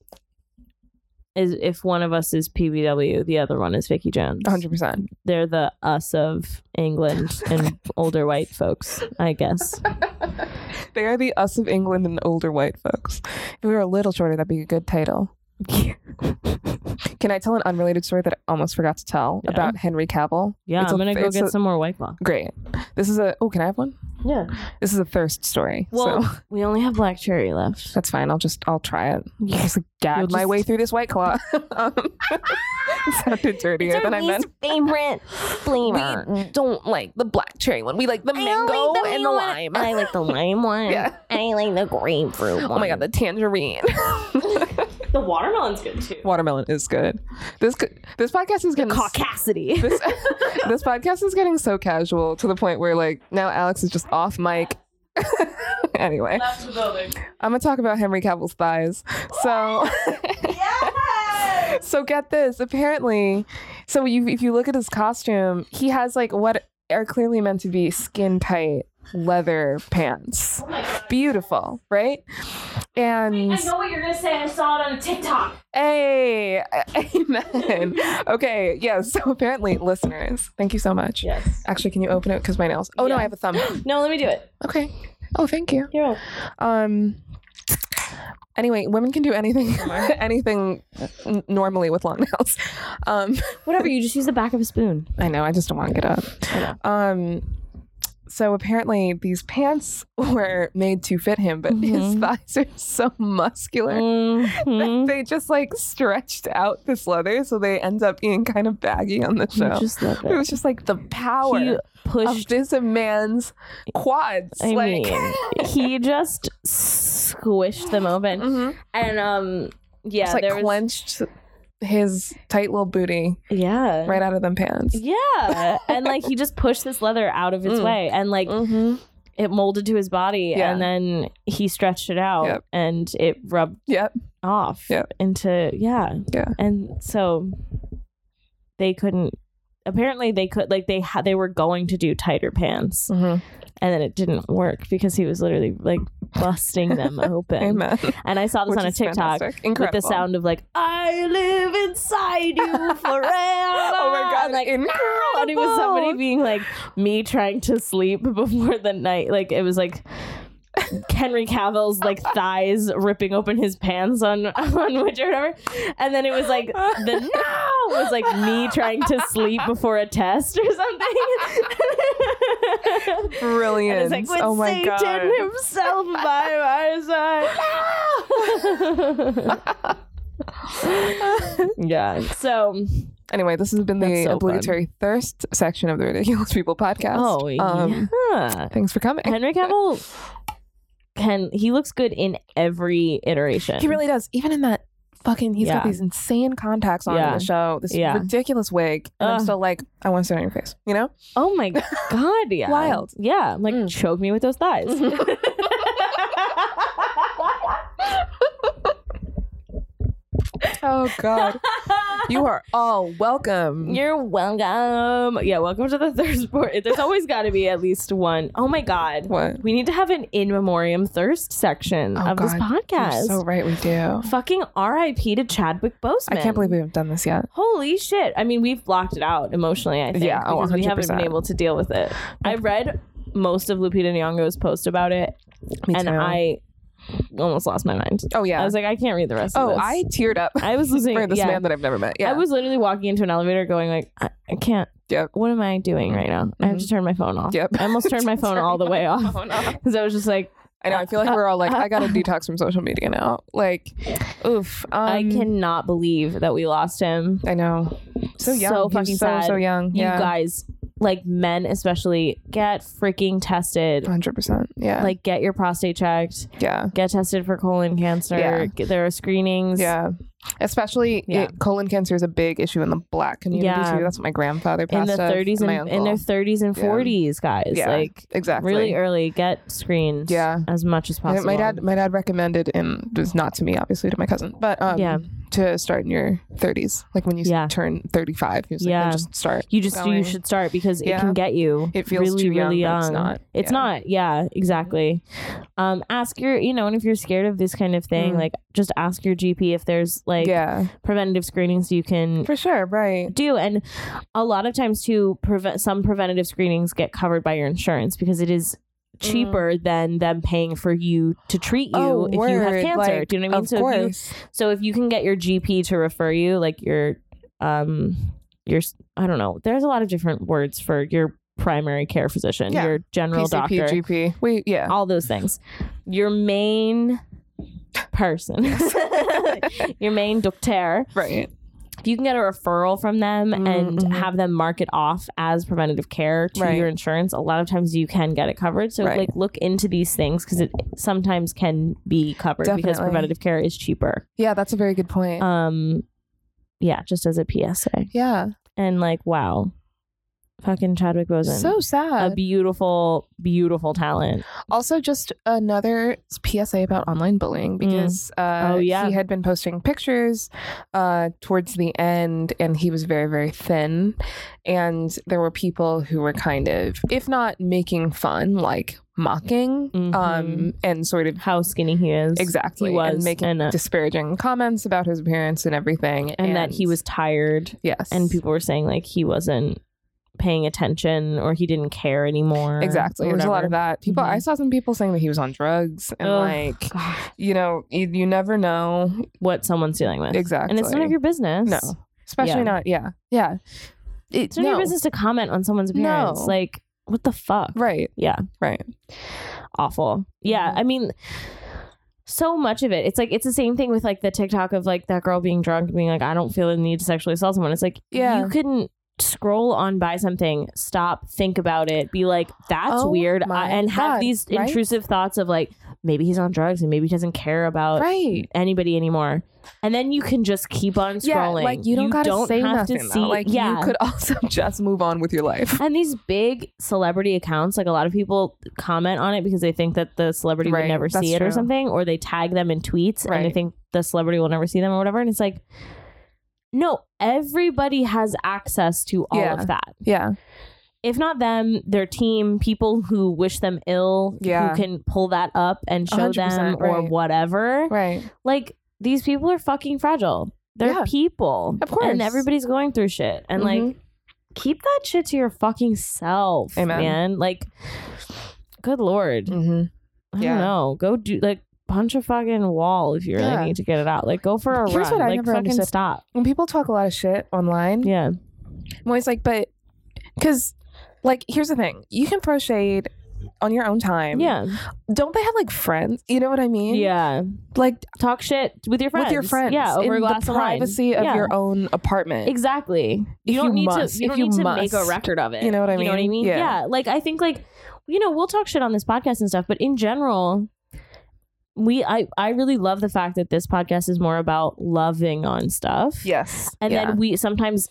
is if one of us is PBW, the other one is Vicky Jones. 100%. They're the us of England and older white folks, I guess. They are the us of England and older white folks. If we were a little shorter, that'd be a good title. Can I tell an unrelated story that I almost forgot to tell Yeah. about Henry Cavill? Yeah, It's I'm a- gonna go it's get a- some more white claw. Great. This is a. Oh, can I have one? Yeah. This is a thirst story. Well, so we only have black cherry left. that's fine. I'll just. I'll try it. I'll just gag You'll my just- way through this white claw. um, it sounded dirtier than I meant. favorite flavor. don't like the black cherry one. We like the I like the lime one. Yeah. I like the grapefruit one. Oh my god, the tangerine. the watermelon's good too. Watermelon is good. This c- this podcast is getting s- Caucasity. this this podcast is getting so casual to the point where like now Alex is just off mic. anyway, That's the building. I'm gonna talk about Henry Cavill's thighs. So so get this. Apparently, so you if you look at his costume, he has like what are clearly meant to be skin tight leather pants. Oh Beautiful, right? And know what you're gonna say. I saw it on a TikTok. Hey, amen. okay, yeah. So apparently, listeners, thank you so much. Yes. Actually, can you open it? Because my nails. Oh no, I Yeah. have a thumb. No, let me do it. okay. Oh, thank you. Here. Um. Anyway, women can do anything, anything n- normally with long nails. Um, Whatever. You just use the back of a spoon. I know. I just don't want to get up. I Um. So apparently, these pants were made to fit him, but his Mhm. thighs are so muscular. Mhm. they just like stretched out this leather, so they end up being kind of baggy on the show. I just love it it. was just like the power He of pushed. this man's quads. I like, mean, he just squished them open, Mhm. and um, yeah, just like there was- clenched his tight little booty yeah, right out of them pants. Yeah. and like he just pushed this leather out of its Mm. way and like Mm-hmm. it molded to his body Yeah. and then he stretched it out Yep. and it rubbed Yep. off Yep. into yeah. Yeah. And so they couldn't apparently they could like they had they were going to do tighter pants Mm-hmm. and then it didn't work because he was literally like busting them open. Amen. And I saw this Which on a is TikTok fantastic. with the Incredible. sound of like I live inside you forever. Oh my god! And, like incredible. and it was somebody being like me trying to sleep before the night. Like it was like Henry Cavill's like thighs ripping open his pants on on which or whatever, and then it was like the no was like me trying to sleep before a test or something. And Brilliant! it's like with oh my Satan god! himself by my side. yeah. So Anyway, this has been That's the so fun. obligatory thirst section of the Ridiculous People podcast. oh Um, yeah. Thanks for coming. Henry Cavill can he looks good in every iteration. He really does. Even in that fucking, he's Yeah. got these insane contacts on in Yeah. the show. This Yeah. ridiculous wig, and I'm Ugh. still like, I want to sit on your face. You know? Oh my god, yeah. Wild. Yeah. I'm like Mm. choke me with those thighs. Oh God. You are all welcome. You're welcome. Yeah, welcome to the thirst board. There's always got to be at least one. Oh my god. What? We need to have an in memoriam thirst section Oh, of this God. You're podcast. so right, we do. Fucking R.I.P. to Chadwick Boseman. I can't believe we haven't done this yet. Holy shit. I mean, we've blocked it out emotionally, I think. Yeah, oh, because we haven't 100%. been able to deal with it. I read most of Lupita Nyong'o's post about it, Me and too. I almost lost my mind. Oh yeah. I was like, I can't read the rest of oh, this. I teared up I was losing for this yeah. man that I've never met. Yeah. I was literally walking into an elevator going like, I, I can't. Yep. Mm-hmm. What am I doing right now? I have to turn my phone off. Yep. I almost turned my phone all the way off because I was just like, I know. I feel like we're all like, I gotta detox from social media now. Like, oof. Um, I cannot believe that we lost him. I know. So young. So He's fucking so, sad. So young. Yeah. You guys, like men especially, get freaking tested. 100%. Oh, Yeah. Like, get your prostate checked. yeah. Get tested for colon cancer. Yeah. Get- There are screenings. Yeah. Especially Yeah. It, colon cancer is a big issue in the black community Yeah. too. That's what my grandfather In passed the of, 30s my and in their uncle. 30s and Yeah. 40s, guys. Yeah. Like, exactly. really early. Get screened. Yeah. As much as And possible. My dad, my dad recommended, and it was not to me, obviously, to my cousin, but um, Yeah. to start in your 30s, like when you s- Yeah. turn 35. He was like, Yeah. "Then just start. You just going. you should start because it Yeah. can get you. It feels really too young, really but young. it's not. It's Yeah. not. Yeah, exactly. Um, ask your you know, and if you're scared of this kind of thing, Mm. like just ask your GP if there's like yeah, preventative screenings you can for sure, right? do and a lot of times too prevent some preventative screenings get covered by your insurance because it is Mm. cheaper than them paying for you to treat you oh, if word. you have cancer Like, do you know what i mean Of so if you course. so if you can get your GP to refer you, like your um your I don't know, there's a lot of different words for your primary care physician, Yeah. your general PCP, doctor, GP. We yeah. all those things. Your main person. your main doctor. Right. If you can get a referral from them Mm, and mhm. have them mark it off as preventative care to Right. your insurance, a lot of times you can get it covered. So Right. like look into these things because it sometimes can be covered because Definitely. preventative care is cheaper Yeah, that's a very good point. um yeah just as a psa yeah. and like wow fucking chadwick boseman So a sad. beautiful beautiful talent also, just another PSA about online bullying because uh, Oh, yeah. he had been posting pictures uh, towards the end and he was very, very thin. And there were people who were kind of, if not making fun, like mocking um, Mhm. and sort of how skinny he is exactly he was and making and, uh, disparaging comments about his appearance and everything. and that he was tired yes. and people were saying like he wasn't paying attention or he didn't care anymore Exactly. or There's a lot of whatever. that. People, I Mhm. saw some people saying that he was on drugs and Ugh. like, God, you know, you, you never know what someone's dealing with exactly. and it's none of your business no, especially Yeah. not. Yeah, yeah. it's none of your no. business to comment on someone's appearance No. like what the fuck Right, yeah right. awful. Yeah, Mhm. I mean, so much of it. It's like it's the same thing with like the TikTok of like that girl being drunk and being like, I don't feel the need to sexually assault someone. It's like Yeah. you couldn't scroll on by something, stop, think about it, be like, that's Oh weird, my I- and have God, these right? intrusive thoughts of like maybe he's on drugs and maybe he doesn't care about Right. anybody anymore. And then you can just keep on scrolling. Yeah, like you don't gotta say have nothing. to though. see. like yeah, you could also just move on with your life. and these big celebrity accounts, like a lot of people comment on it because they think that the celebrity Right, would never that's see it or true. something, or they tag them in tweets and they Right. think the celebrity will never see them or whatever. And it's like, no, everybody has access to all Yeah. of that. Yeah, If not them, their team, people who wish them ill, Yeah. who can pull that up and show them 100%, or right. whatever. right. Like these people are fucking fragile. They're Yeah. people. Of course. And everybody's going through shit. And like Mhm. keep that shit to your fucking self, Amen. man. Like, good lord, Mm-hmm. I Yeah. don't know. Go do like punch a fucking wall if you really Yeah. need to get it out. Like, go for a Here's run. what I like, never fucking understood. Mm-hmm. stop. When people talk a lot of shit online, Yeah, I'm always like, but because, like, here's the thing: you can throw shade on your own time. yeah, Don't they have like friends? You know what I mean? yeah. Like Talk shit with your friends. with your friends. Yeah, over in a glass the of wine. privacy of Yeah. your own apartment. Exactly. You If don't you need must, to. You if don't you need to make a must. record of it. You know what I You know what I mean? mean? Yeah. Yeah. Like I think like you know we'll talk shit on this podcast and stuff, but in general, we I I really love the fact that this podcast is more about loving on stuff. Yes. and yeah. then we sometimes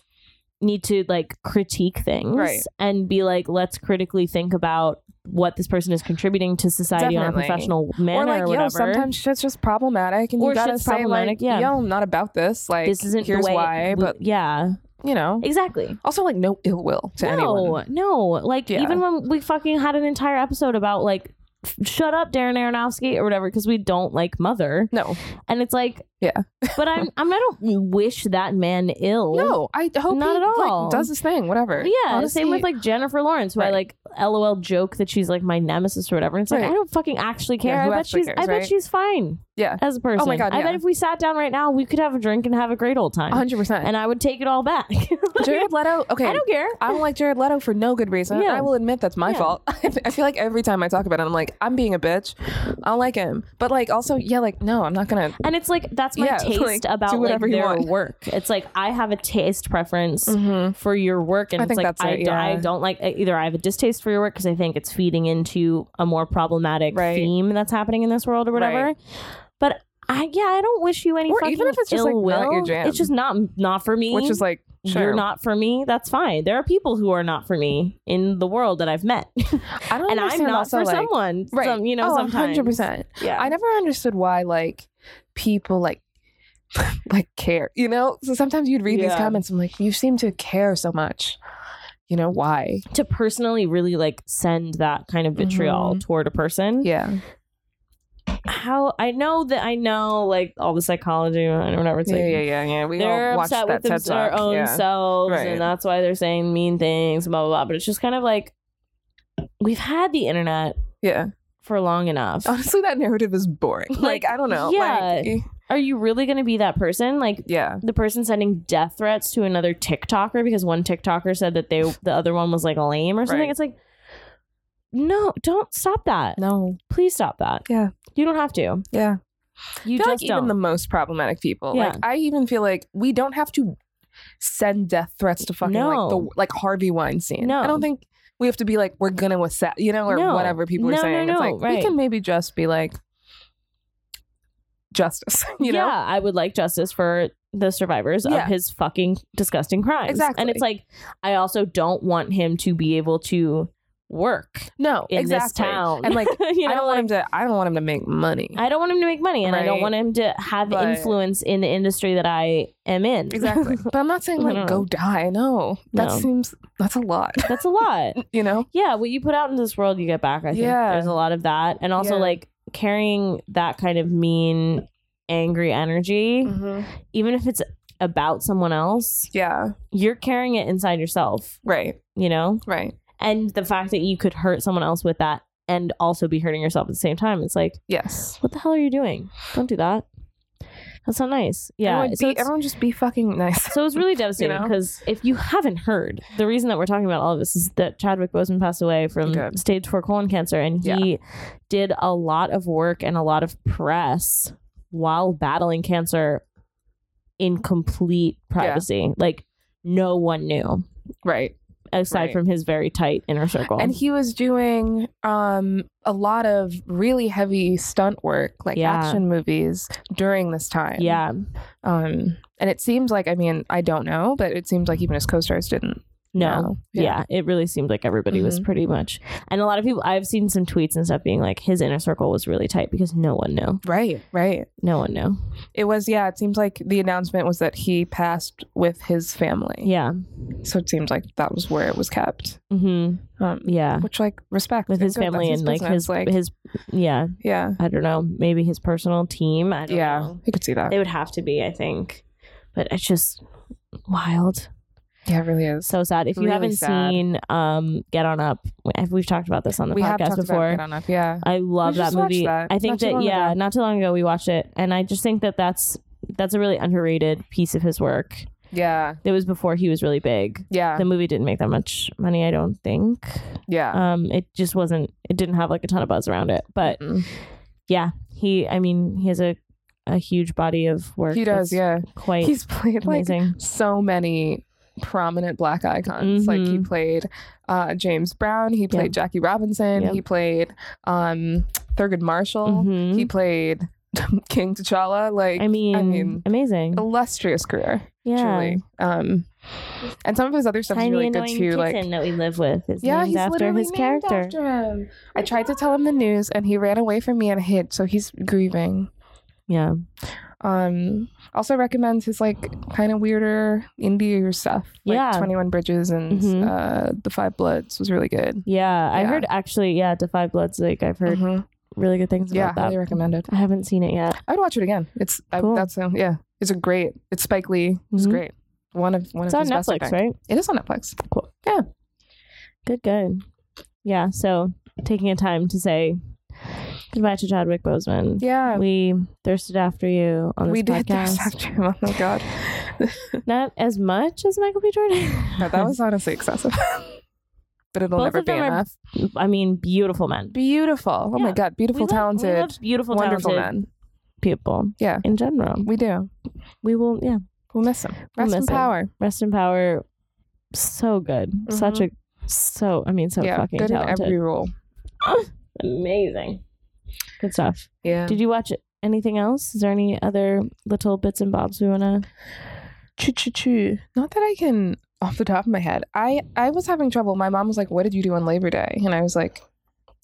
need to like critique things Right. and be like let's critically think about what this person is contributing to society on Definitely. a professional manner or or, like, yo, whatever. sometimes shit's just problematic, and Or you gotta shit's say, like, problematic, yeah. yo, I'm not about this. Like, this isn't here's the way why, we- but yeah, you know, exactly. also like no ill will to no, anyone. no. Like Yeah. even when we fucking had an entire episode about like, f- shut up, Darren Aronofsky or whatever, because we don't like Mother, No, and it's like, Yeah. but I'm, I'm, I don't wish that man ill. no. I hope Not he, at like, all. does his thing, whatever. Yeah, same with Honestly, like Jennifer Lawrence, who I Right. like LOL joke that she's like my nemesis or whatever. And it's like Right. I don't fucking actually care. who I bet actually she's I cares, bet right? she's fine yeah, Oh as a person. God, I yeah. bet if we sat down right now, we could have a drink and have a great old time. hundred percent. And I would take it all back. Jared Leto. Okay, I don't care. I don't like Jared Leto for no good reason. Yeah. I will admit that's my Yeah. fault. I feel like every time I talk about it, I'm like, I'm being a bitch. I don't like him. But like also, yeah, like, no, I'm not gonna And it's like that's my Yeah, it's taste like, do about like whatever you their want. Mm-hmm. work. It's like I have a taste preference for your work, and I it's think like that's I, it, d- I yeah. don't like e, either. I have a distaste for your work because I think it's feeding into a more problematic Right. theme that's happening in this world or whatever. Right. But I yeah, I don't wish you any Or fucking even if it's just, ill like, will. not your jam. It's just not not for me. which is like sure. You're not for me. That's fine. There are people who are not for me in the world that I've met, I don't and I'm understand not also, for like, someone. Right. Some, you know, oh, sometimes. 100%. Yeah. I never understood why like people like like care. You know? So sometimes you'd read these Yeah. comments, I'm like, you seem to care so much. You know why? to personally really like send that kind of vitriol Mhm. toward a person. Yeah. How I know that I know like all the psychology and whatever. It's Yeah, like, yeah, yeah, yeah. We They're all watched upset that with TED them, their Talk. own yeah. selves, Right. and that's why they're saying mean things, blah blah blah. But it's just kind of like we've had the internet yeah. Oh. for long enough. Honestly, that narrative is boring. Like, Like, I don't know. yeah. Like, Are you really going to be that person? Like yeah. the person sending death threats to another TikToker because one TikToker said that they the other one was like lame or something. Right. It's like no, don't stop that. No. Please stop that. Yeah. You don't have to. Yeah. You I feel just like don't. even the most problematic people. Like Yeah. I even feel like we don't have to send death threats to fucking like No. the like Harvey Weinstein. No. I don't think we have to be like we're gonna assess, you know, or No. whatever people No, are no, saying. no, it's like right. we can maybe just be like justice, you know? yeah, I would like justice for the survivors Yeah. of his fucking disgusting crimes. Exactly. And it's like, I also don't want him to be able to work No, in exactly. this town. And like you know, I don't want like, him to I don't want him to make money. I don't want him to make money, and I don't Right. want him to have But- influence in the industry that I am in. exactly. but I'm not saying I like don't go know. die. No. That No. seems that's a lot. That's a lot. You know? yeah, what you put out in this world, you get back. I think Yeah. there's a lot of that, and also Yeah. like carrying that kind of mean, angry energy, even if it's about someone else, Yeah. you're carrying it inside yourself. Right. You know, Right. and the fact that you could hurt someone else with that and also be hurting yourself at the same time it's like Yes. what the hell are you doing don't do that that's not nice yeah Everyone, so, be, it's, everyone just be fucking nice. so it's really devastating know? because if you haven't heard the reason that we're talking about all of this is that chadwick boseman passed away from Good. stage 4 colon cancer and he did a lot of work and a lot of press while battling cancer in complete privacy like no one knew Right. aside Right. from his very tight inner circle And he was doing um a lot of really heavy stunt work, like Yeah. action movies during this time. yeah Um and it seems like I mean, I don't know, but it seems like even his co-stars didn't. no know. yeah. it really seemed like everybody was pretty much and a lot of people i've seen some tweets and stuff being like his inner circle was really tight because no one knew Right, right. no one knew It was yeah, it seems like the announcement was that he passed with his family. yeah So it seems like that was where it was kept. hmm Um yeah which like respect with and his good, that's family and like business, his his yeah yeah. i don't know maybe his personal team i don't Yeah. know I could see that. it would have to be i think but it's just wild yeah, it really is. so sad if you Really haven't sad. seen um get on up we've talked about this on the we have podcast talked before about it enough. Yeah. I love that just watched movie. that I think not too that long yeah, ago. not too long ago we watched it, and I just think that that's that's a really underrated piece of his work. Yeah. It was before he was really big. Yeah. The movie didn't make that much money, I don't think. yeah. Um, it just wasn't. It didn't have like a ton of buzz around it. But Mm. yeah, he. I mean, he has a a huge body of work. He does, that's yeah. Quite He's played like amazing. so many prominent black icons. Like he Mhm. played uh, James Brown, he played Jackie Robinson, Yep. he played um, Thurgood Marshall, Mhm. he played King T'Challa. Like I mean, I mean, amazing. illustrious career, Yeah. truly. Um, And some of his other stuff Tiny is really good annoying too. Like kitten that we live with is yeah, named he's after literally his named character. after him. I tried to tell him the news, and he ran away from me and hid. So he's grieving. Yeah. Um, also recommends his like kind of weirder indie stuff. Like Yeah. Twenty One Bridges and Mhm. uh, The Five Bloods was really good. Yeah. I Yeah. heard actually, yeah, Defy Bloods, like I've heard Mhm. really good things Yeah, about that. highly recommended. I haven't seen it yet. I would watch it again. It's Cool. I, that's um, yeah. It's a great. It's Spike Lee. It's Mhm. great. One of one It's of on his best, I Netflix, think. right? It is on Netflix. Good, good. Yeah, so taking a time to say goodbye to Chadwick Boseman. Yeah, we, We thirsted after you on this did podcast. this after him. Oh my god, Not as much as Michael B. Jordan. No, that was honestly excessive. but it'll Both never of be them are enough. I mean, beautiful men. Beautiful. Oh Yeah. my god, beautiful, We love- we talented, love beautiful, wonderful talented men. people. Yeah. in general, We do. we will. Yeah, We'll miss him. We'll Rest in miss him. power. rest in power. So good. Such a so. I mean, so Mm-hmm. yeah, fucking good talented. in every role. Amazing. Good stuff. Yeah. Did you watch anything else? Is there any other little bits and bobs we wanna? Choo choo choo. Not that I can off the top of my head. I I was having trouble. My mom was like, "What did you do on Labor Day?" And I was like,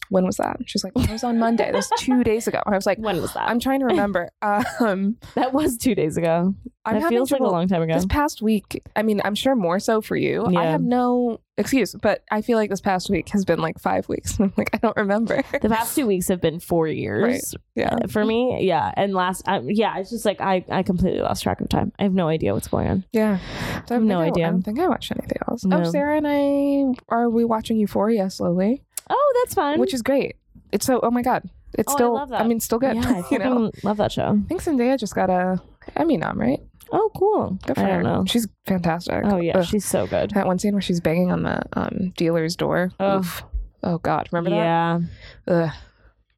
"When was that?" She's like, "It was on Monday. That was two days ago." And I was like, When was that? "I'm trying to remember." Um, that was two days ago. I'm that having feels like a trouble- long time ago. This past week, I mean, I'm sure more so for you. I Yeah. have no excuse, but I feel like this past week has been like five weeks. I'm like, I don't remember. The past two weeks have been four years uh, Yeah. for me. Yeah, and last, I, yeah, it's just like I, I completely lost track of time. I have no idea what's going on. Yeah. So I have don't no think I- idea. I don't think I watched anything else. No. Oh, Sarah and I are we watching Euphoria slowly, Oh, that's fun. which is great. It's so, oh my God. It's Oh, I still, love that. mean, still good. Yeah, I you know? fucking love that show. I think Zendaya just got a Emmy nom, right? Oh, cool. Good for I her. don't know. She's fantastic. Oh yeah, Ugh. she's so good. that one scene where she's banging on the um, dealer's door. Ugh. Oof. Oh God. Remember yeah. Mm. Mm-hmm. that? Ugh.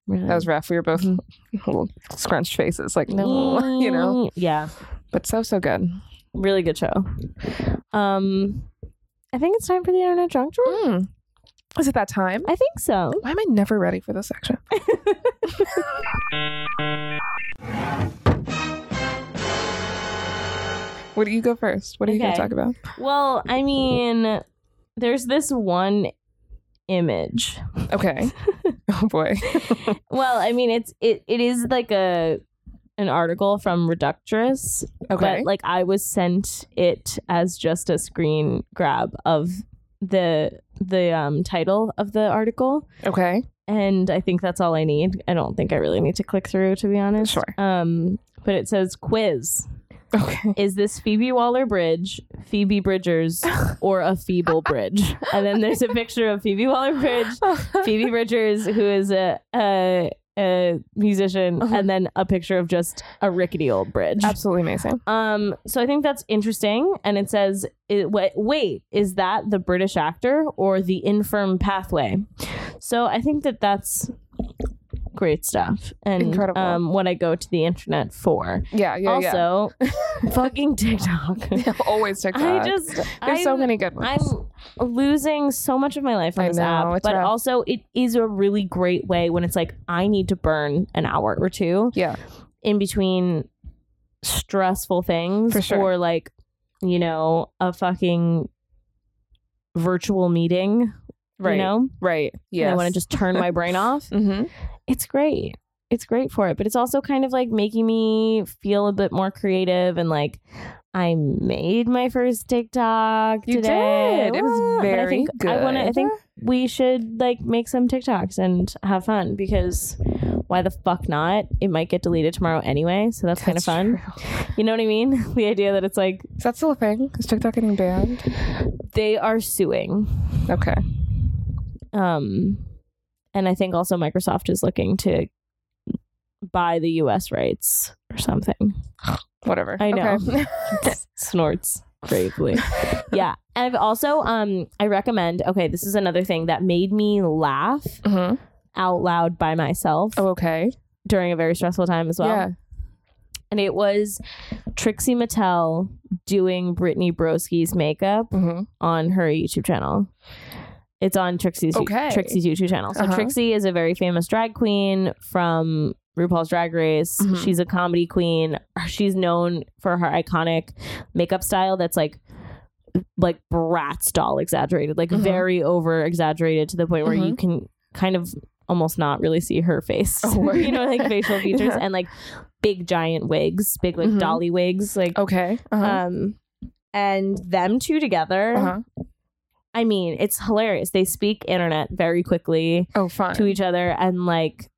Really. That was rough. We were both little scrunched faces, like no, you know. Mm, Yeah, But so so good. really good show. Um, I think it's time for the internet drunk drawer. Mm. Is it that time? I think so. Why am I never ready for this section? What do you go first? What are you Okay. gonna talk about? Well, I mean, there's this one image. Okay. oh boy. Well, I mean, it's it it is like a an article from Reductress, Okay. but like I was sent it as just a screen grab of the the um title of the article okay. and I think that's all I need. I don't think I really need to click through to be honest. Sure. Um but it says quiz. Okay. Is this Phoebe Waller Bridge, Phoebe Bridgers, or a feeble bridge? And then there's a picture of Phoebe Waller Bridge Phoebe Bridgers, who is a a, a musician, Uh-huh. and then a picture of just a rickety old bridge. Absolutely amazing. Um, so I think that's interesting. And it says, it, wait, wait, is that the British actor or the infirm pathway? So I think that that's great stuff and Incredible. um, what I go to the internet for. Yeah, yeah, also, fucking TikTok. yeah. Always TikTok. I just There's so I'm- many good ones. I'm losing so much of my life on I this know, app, it's but rough. also it is a really great way when it's like I need to burn an hour or two yeah. in between stressful For things sure. or like you know a fucking virtual meeting. Right. You know, Right. And Yeah. I want to just turn my brain off. hmm It's great. It's great for it, but it's also kind of like making me feel a bit more creative and like. I made my first TikTok You today. did. It was Woo! But I very think I want to. I good. think we should like make some TikToks and have fun because why the fuck not? It might get deleted tomorrow anyway, so that's, kind of fun. You know what I mean? The idea that it's like Is that still a thing? Is TikTok getting banned? they are suing. Okay. Um and I think also Microsoft is looking to buy the US rights or something. Whatever. I know. Okay. snorts gravely. yeah. And I've also um I recommend okay, this is another thing that made me laugh Mhm. out loud by myself Oh, okay. during a very stressful time as well. yeah. And it was Trixie Mattel doing Brittany Broski's makeup hmm on her YouTube channel. It's on Trixie's Okay. Trixie's YouTube channel. So Uh-huh. Trixie is a very famous drag queen from RuPaul's Drag Race. Mhm. She's a comedy queen. She's known for her iconic makeup style that's like like Bratz doll exaggerated, Mm-hmm. like very over exaggerated to the point where you can kind of almost not really see her face. Oh, word. you know, like facial features Yeah. and like big giant wigs, big like Mhm. dolly wigs, like Okay. Uh-huh. um and them two together. uh-huh. I mean, it's hilarious. They speak internet very quickly Oh, fine. to each other and like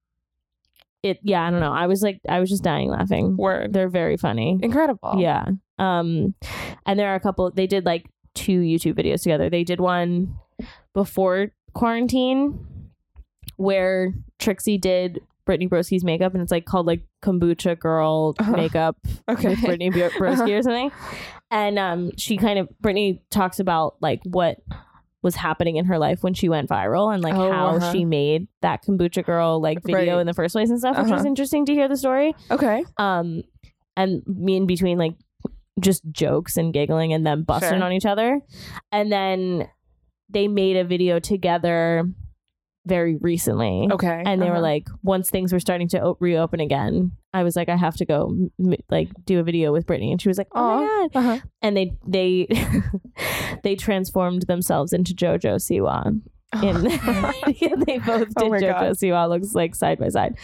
it yeah, I don't know. I was like I was just dying laughing. Word. They're very funny. Incredible. Yeah. Um and there are a couple they did like two YouTube videos together. They did one before quarantine where Trixie did Brittany Broski's makeup and it's like called like kombucha girl Uh-huh. makeup Okay. with Brittany Bro- Broski Uh-huh. or something. And um she kind of Brittany talks about like what was happening in her life when she went viral and like Oh, how uh-huh. she made that kombucha girl like video Right. in the first place and stuff, which was Uh-huh. interesting to hear the story Okay. um and me in between like just jokes and giggling and then busting Sure. on each other and then they made a video together very recently Okay. and they were Uh-huh. like once things were starting to o- reopen again i was like i have to go m- like do a video with brittany and she was like oh my god Uh-huh. and they they they transformed themselves into jojo siwa in yeah, they both did Oh my JoJo God. Siwa looks like side by side.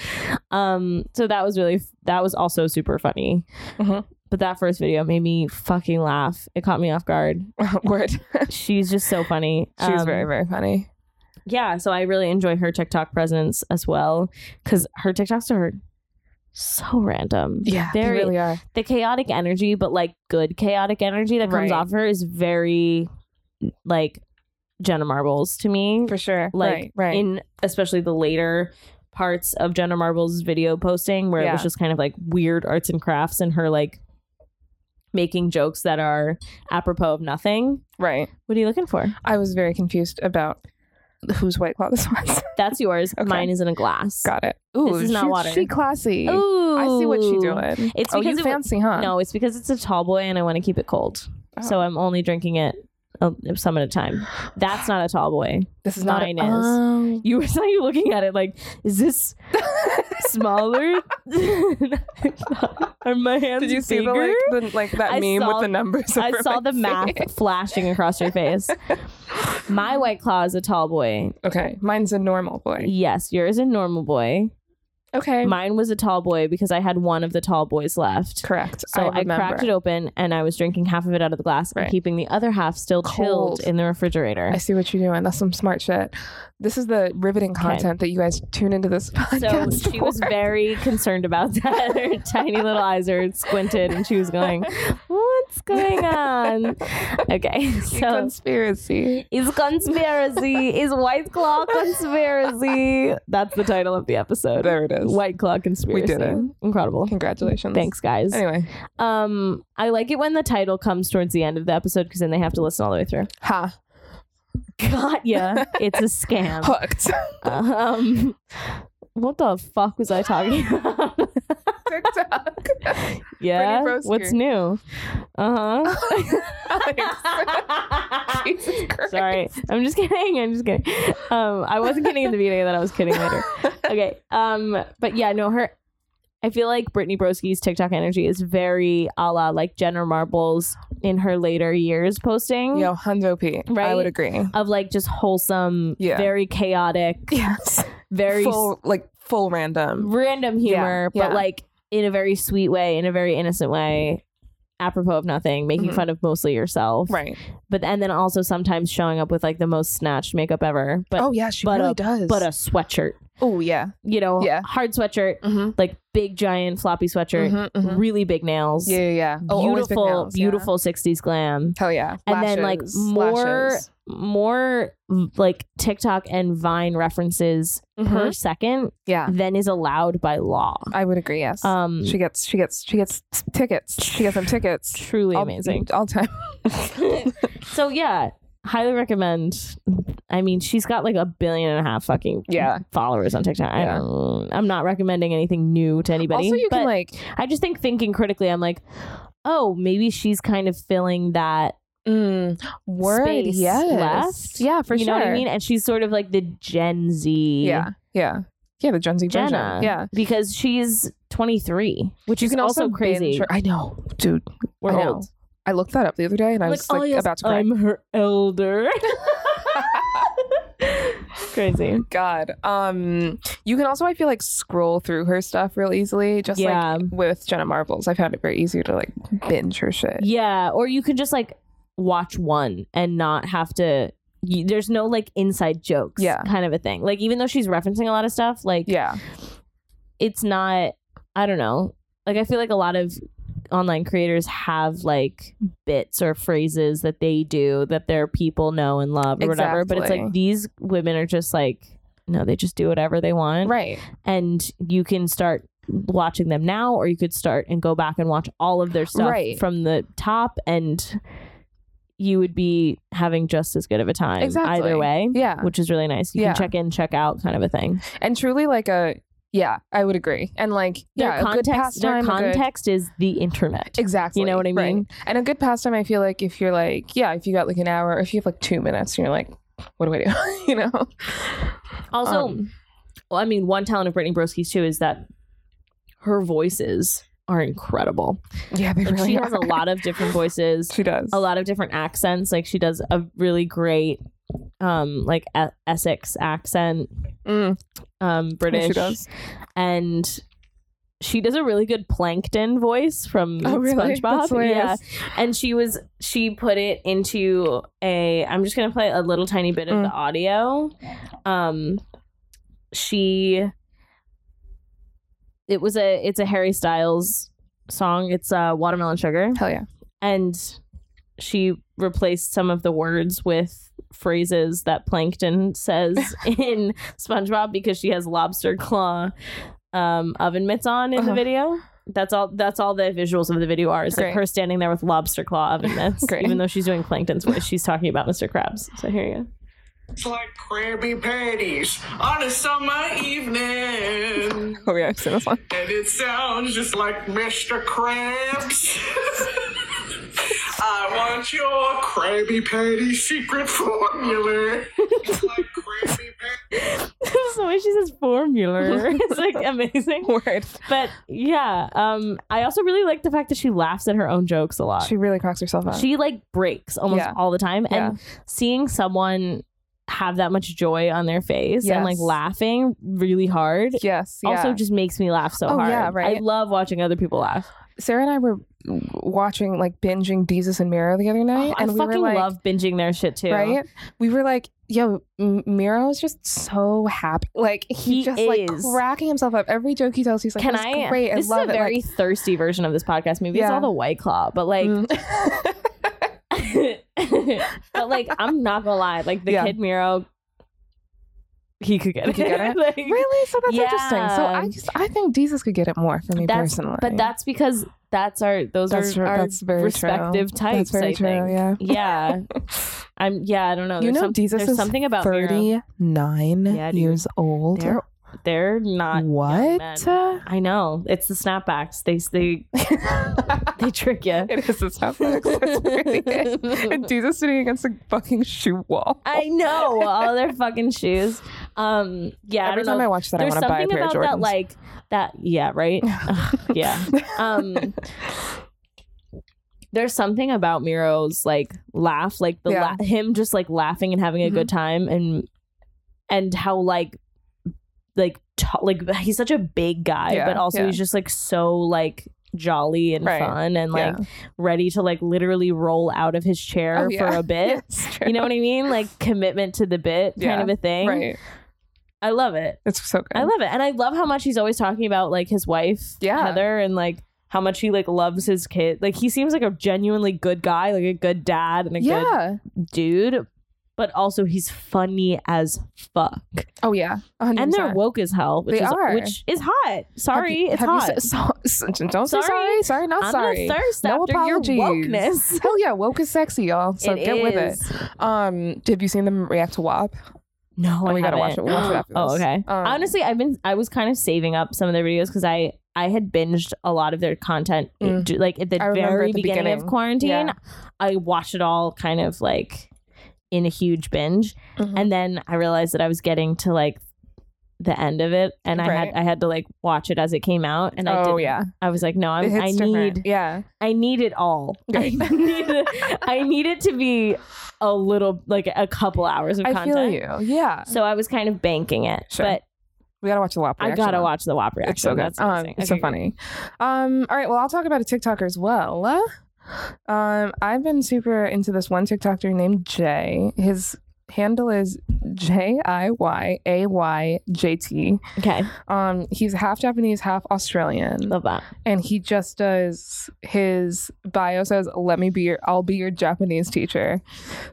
Um, so that was really that was also super funny. Mhm. But that first video made me fucking laugh. It caught me off guard. Word. She She's just so funny. was Um, very, very funny. yeah. So I really enjoy her TikTok presence as well because her TikToks are so random. Yeah. They very- really are. The chaotic energy, but like good chaotic energy that comes Right. off her is very like Jenna Marbles to me For sure. like right. Right. in especially the later parts of Jenna Marbles video posting where it was Yeah. just kind of like weird arts and crafts and her like making jokes that are apropos of nothing. right. What are you looking for? I was very confused about whose white claw this was. That's yours. Okay. Mine is in a glass. Got it. Ooh, This is not she- water. She classy. Ooh. I see what she's doing. It's oh, because you it- fancy, huh? No, it's because it's a tall boy and I want to keep it cold. Oh. So I'm only drinking it uh, some at a time. That's not a tall boy. this is not mine is. You were saw you looking at it like, is this smaller? Are my hands Did you see the Oh. bigger? like, the like that I meme saw- with the numbers? I over saw my the face? math flashing across your face. My white claw is a tall boy. Okay, mine's a normal boy. Yes, yours is a normal boy. Okay, Mine was a tall boy because I had one of the tall boys left. correct. So I, remember. cracked it open and I was drinking half of it out of the glass Right. and keeping the other half still Cold. chilled in the refrigerator. I see what you're doing. That's some smart shit. This is the riveting content that you guys tune into this So podcast. she was for. very concerned about that. Her tiny little eyes are squinted, and she was going, "What's going on?" Okay, so conspiracy. is conspiracy is White Claw conspiracy? That's the title of the episode. There it is. White Claw conspiracy. We did it. Incredible. Congratulations. Thanks, guys. Anyway, Um, I like it when the title comes towards the end of the episode because then they have to listen all the way through. ha Got ya. It's a scam. hooked. Um, what the fuck was I talking about? TikTok. Yeah. Brittany What's Broski. new? Uh Alex. huh. Jesus Christ. Sorry. I'm just kidding. I'm just kidding. Um, I wasn't kidding in the beginning, that I was kidding later. Okay. Um, but yeah, no, her. I feel like Brittany Broski's TikTok energy is very a la like Jenna Marbles in her later years posting Yo, Hundo P. I Right? would agree. of like just wholesome, Yeah. very chaotic, Yes. very full, like full random. random humor, Yeah, but yeah. like in a very sweet way, in a very innocent way, apropos of nothing, making Mhm. fun of mostly yourself. Right. But and then also sometimes showing up with like the most snatched makeup ever. But oh yeah, she but really a- does. but a sweatshirt. oh yeah. You know, Yeah. hard sweatshirt, Mm-hmm. like big giant floppy sweatshirt, really big nails. Yeah, yeah, yeah. Oh, always big mm-hmm, beautiful, nails, yeah. beautiful 60s glam. Hell yeah. And then, like, Lashes, more lashes. More like TikTok and Vine references per second Mm-hmm. Yeah, than is allowed by law. I would agree. Yes. Um she gets, she gets, she gets tickets. She gets them tickets. truly all, amazing. all time. So yeah, highly recommend. I mean, she's got like a billion and a half fucking Yeah. followers on TikTok. I Yeah. don't, I'm not recommending anything new to anybody. also, you but can like, I just think thinking critically, I'm like, oh, maybe she's kind of filling that. mm, word. space yes. left. Yeah, for you sure. know what I mean? And she's sort of like the Gen Z. Yeah, yeah, yeah. The Gen Z version. Mm. Jenna. Yeah. Because she's 23, which You is can also, crazy. binge- I know, dude. We're I know. old. I looked that up the other day and I was like, oh, yes, about to cry. I'm her elder. Crazy. God. Um you can also I feel like scroll through her stuff real easily just Yeah. like uh, with Jenna Marbles. I found it very easy to like binge her shit. Yeah, or you can just like watch one and not have to. You, there's no like inside jokes, Yeah. kind of a thing. Like even though she's referencing a lot of stuff, like Yeah. it's not. I don't know. Like I feel like a lot of online creators have like bits or phrases that they do that their people know and love or whatever. But it's Exactly. like these women are just like no, they just do whatever they want, Right. and you can start watching them now or you could start and go back and watch all of their stuff Right. from the top and you would be having just as good of a time Exactly. Um, either way Yeah. which is really nice you Yeah. can check in check out kind of a thing And truly like a yeah, I would agree. And like their yeah, a good context their pastime, a good- context is the internet Exactly. You know what I Right. mean? And a good pastime, I feel like if you're like, yeah, if you got like an hour, if you have like two minutes and you're like, what do I do? you know? also Um, well, i mean one talent of brittany broski's too is that her voices are incredible yeah, they Like, really she are. has a lot of different voices She does. a lot of different accents. Like she does a really great um like E- Essex accent, Mm, um British. she does. And she does a really good plankton voice from Oh, really? SpongeBob. That's hilarious. Yeah. And she was she put it into a I'm just going to play a little tiny bit of Mm. the audio. Um she it was a it's a Harry Styles song. It's uh Watermelon Sugar Hell yeah. and she replaced some of the words with phrases that plankton says in spongebob because she has lobster claw um, oven mitts on in the Uh-huh. video that's all that's all the visuals of the video are is like Great. her standing there with lobster claw oven mitts Great. even though she's doing plankton's voice she's talking about mr krabs so here you go It's like Krabby Patties on a summer evening. Oh, yeah, I've seen this one. And it sounds just like Mr. Krabs. I want your Krabby Patty secret formula. It's like Krabby Patty. so the way she says formula it's like amazing Word. but yeah um i also really like the fact that she laughs at her own jokes a lot She really cracks herself up. she like breaks almost Yeah. all the time and seeing someone have that much joy on their face and like Yes. laughing really hard yes. Yeah. also just makes me laugh so Oh, hard yeah, i right? love watching other people laugh Sarah and I were watching, like, binging Jesus and Miro the other night. Oh, Oh, i and we fucking were like, love binging their shit too right? We were like, yo, M- Miro is just so happy. Like, he, He just, like, is. cracking himself up. Every joke he tells, he's like, can "This is i great. I this is love a it. very like, thirsty version of this podcast maybe it's Yeah. all the white claw but like Mm. but like i'm not gonna lie like the Yeah. kid miro he could get He it, could get it? Like, really? So that's interesting. So I Yeah. just, I think Jesus could get it more for me That's- personally. But that's because that's our those That's are r- our that's very true. respective That's types. very I true, think. yeah. yeah. I'm. Yeah, I don't know. you There's know, some- Jesus there's is something about Miro. thirty-nine Yeah, dude. years old. They're they're not. Mm. young men. what? I know. It's the snapbacks. They they they trick you. It is a snapback. That's really it. And Jesus sitting against a fucking shoe wall. I know all their fucking shoes. Um. Yeah. Every I don't time know. I watch that, I There's want to buy a something pair of about Jordans. that, like that. Yeah, right. Ugh, yeah. Um, there's something about Miro's like laugh, like the Yeah. Mm-hmm. la- him just like laughing and having a good time, and and how like like t- like he's such a big guy, Yeah, but also yeah. he's just like so like jolly and Right. fun and Yeah. like ready to like literally roll out of his chair Oh, yeah. for a bit. It's You know what I mean? Like commitment to the bit Yeah, kind of a thing. Right. I love it. It's so good. I love it. And I love how much he's always talking about like his wife, Yeah. Heather, and like how much he like loves his kid. Like he seems like a genuinely good guy, like a good dad and a yeah. good dude. But also he's funny as fuck. Oh yeah. 100%. And they're woke as hell, which They is are. which is hot. Have Sorry, you- it's have you hot. s- so- s- don't say Sorry. sorry. Sorry, not I'm sorry. gonna thirst No after apologies. your wokeness. Hell Oh, yeah, woke is sexy, y'all. So It get with it. is. Um, have you seen them react to WAP? No, Oh, I we gotta watch haven't. it. We'll watch it after Oh, this. okay. Um, Honestly, I've been I was kind of saving up some of their videos because I I had binged a lot of their content eh, Mm. d- like at the I remember very at the beginning, of beginning. quarantine. Yeah. I watched it all kind of like in a huge binge, Mhm. and then I realized that I was getting to like the end of it, and I Right. had I had to like watch it as it came out, and I oh didn't. yeah, I was like, no, I'm, it I hits need different. Yeah, I need it all. Right. I need it, I need it to be a little like a couple hours of I content. feel you. Yeah, So I was kind of banking it, Sure. but we gotta watch a lot. I gotta watch the WAP reaction. It's so good. That's Um, amazing. it's so Okay, great. funny. Um, all right. Well, I'll talk about a TikToker as well. Um, I've been super into this one TikToker named Jay. His handle is J I Y A Y J T. Okay, Um, he's half Japanese, half Australian, love that. and he just does his bio says, "Let me be your, I'll be your Japanese teacher."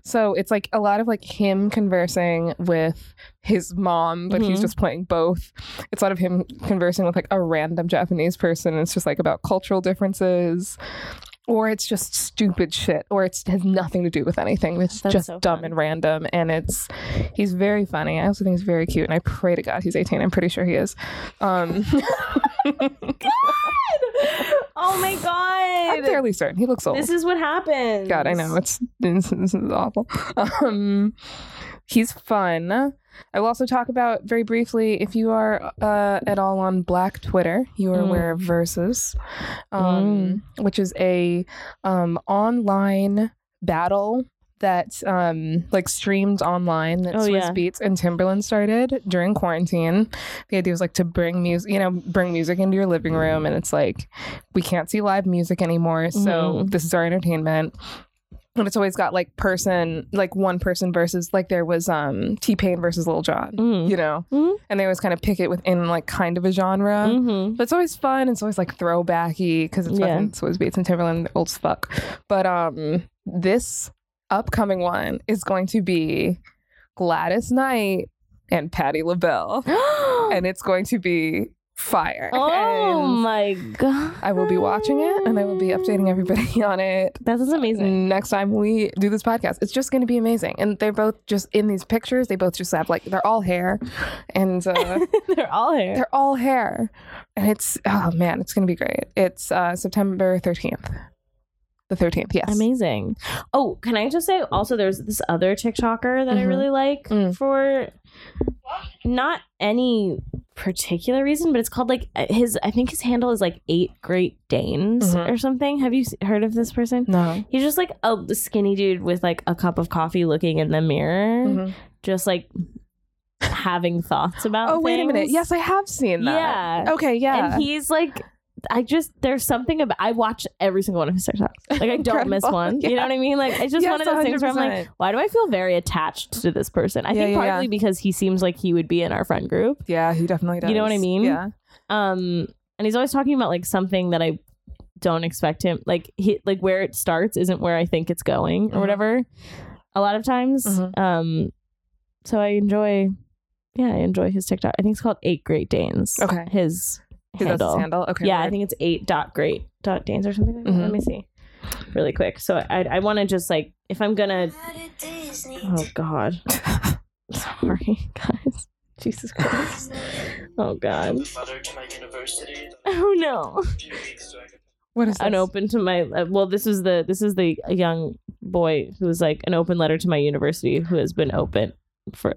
So it's like a lot of like him conversing with his mom, but he's Mhm. just playing both. It's a lot of him conversing with like a random Japanese person. It's just like about cultural differences. Or it's just stupid shit, or it's has nothing to do with anything. It's That's just so dumb fun. and random. And it's he's very funny. I also think he's very cute, and I pray to God he's eighteen. I'm pretty sure he is. Um, Oh my I'm god! fairly certain he looks old. This is what happens. God, I know it's this, this is awful. Um, he's fun. I will also talk about very briefly if you are uh, at all on Black Twitter, you are Mm. aware of Versus, um, which is a um, online battle that um, like streamed online that Oh, Swiss yeah. Beats and Timberland started during quarantine. The idea was like to bring music, you know, bring music into your living room, and it's like we can't see live music anymore, so Mhm. this is our entertainment. And it's always got like person, like one person versus like there was um T Pain versus Lil Jon, Mm. you know, Mhm. and they always kind of pick it within like kind of a genre. Mm-hmm. But it's always fun. It's always like throwbacky because it's Yeah. fucking it's always Beats and Timberland, they're old as fuck. But um, this upcoming one is going to be Gladys Knight and Patti LaBelle, and it's going to be fire. oh And my god! I will be watching it and I will be updating everybody on it. That is amazing. Next time we do this podcast, it's just going to be amazing. And they're both just in these pictures. They both just have like they're all hair, and uh, They're all here. they're all hair. And it's oh man, it's gonna be great. It's uh September thirteenth. The thirteenth, yes. Amazing. Oh, can I just say also there's this other TikToker that I Mhm. really like Mm. for not any particular reason, but it's called like uh, his I think his handle is like eight great Danes Mhm. or something. Have you s- heard of this person? no. He's just like a skinny dude with like a cup of coffee looking in the mirror, Mhm. just like having thoughts about Oh wait a minute. things. Yes, I have seen that. Yeah. Okay, yeah. And he's like, I just there's something about I watch every single one of his TikToks. Like I don't miss Incredible. one. You know Yeah. what I mean? Like it's just Yes, one of those things where I'm like, 100%. why do I feel very attached to this person? I Yeah, think yeah, partly because he seems like he would be in our friend group. yeah, he definitely does. You know what I mean? Yeah. Um, and he's always talking about like something that I don't expect him like he like where it starts isn't where I think it's going or Mhm. whatever. A lot of times. Mhm. Um, so I enjoy. Yeah, I enjoy his TikTok. I think it's called Eight Great Danes. Okay. His He does his handle. Okay. yeah, I word. think it's eight dot great dot danes or something like that. Mhm. Let me see really quick. So I I want to just like if I'm gonna oh god sorry guys Jesus Christ oh god oh no what is this? an open to my uh, well this is the this is the young boy who's like an open letter to my university who has been open for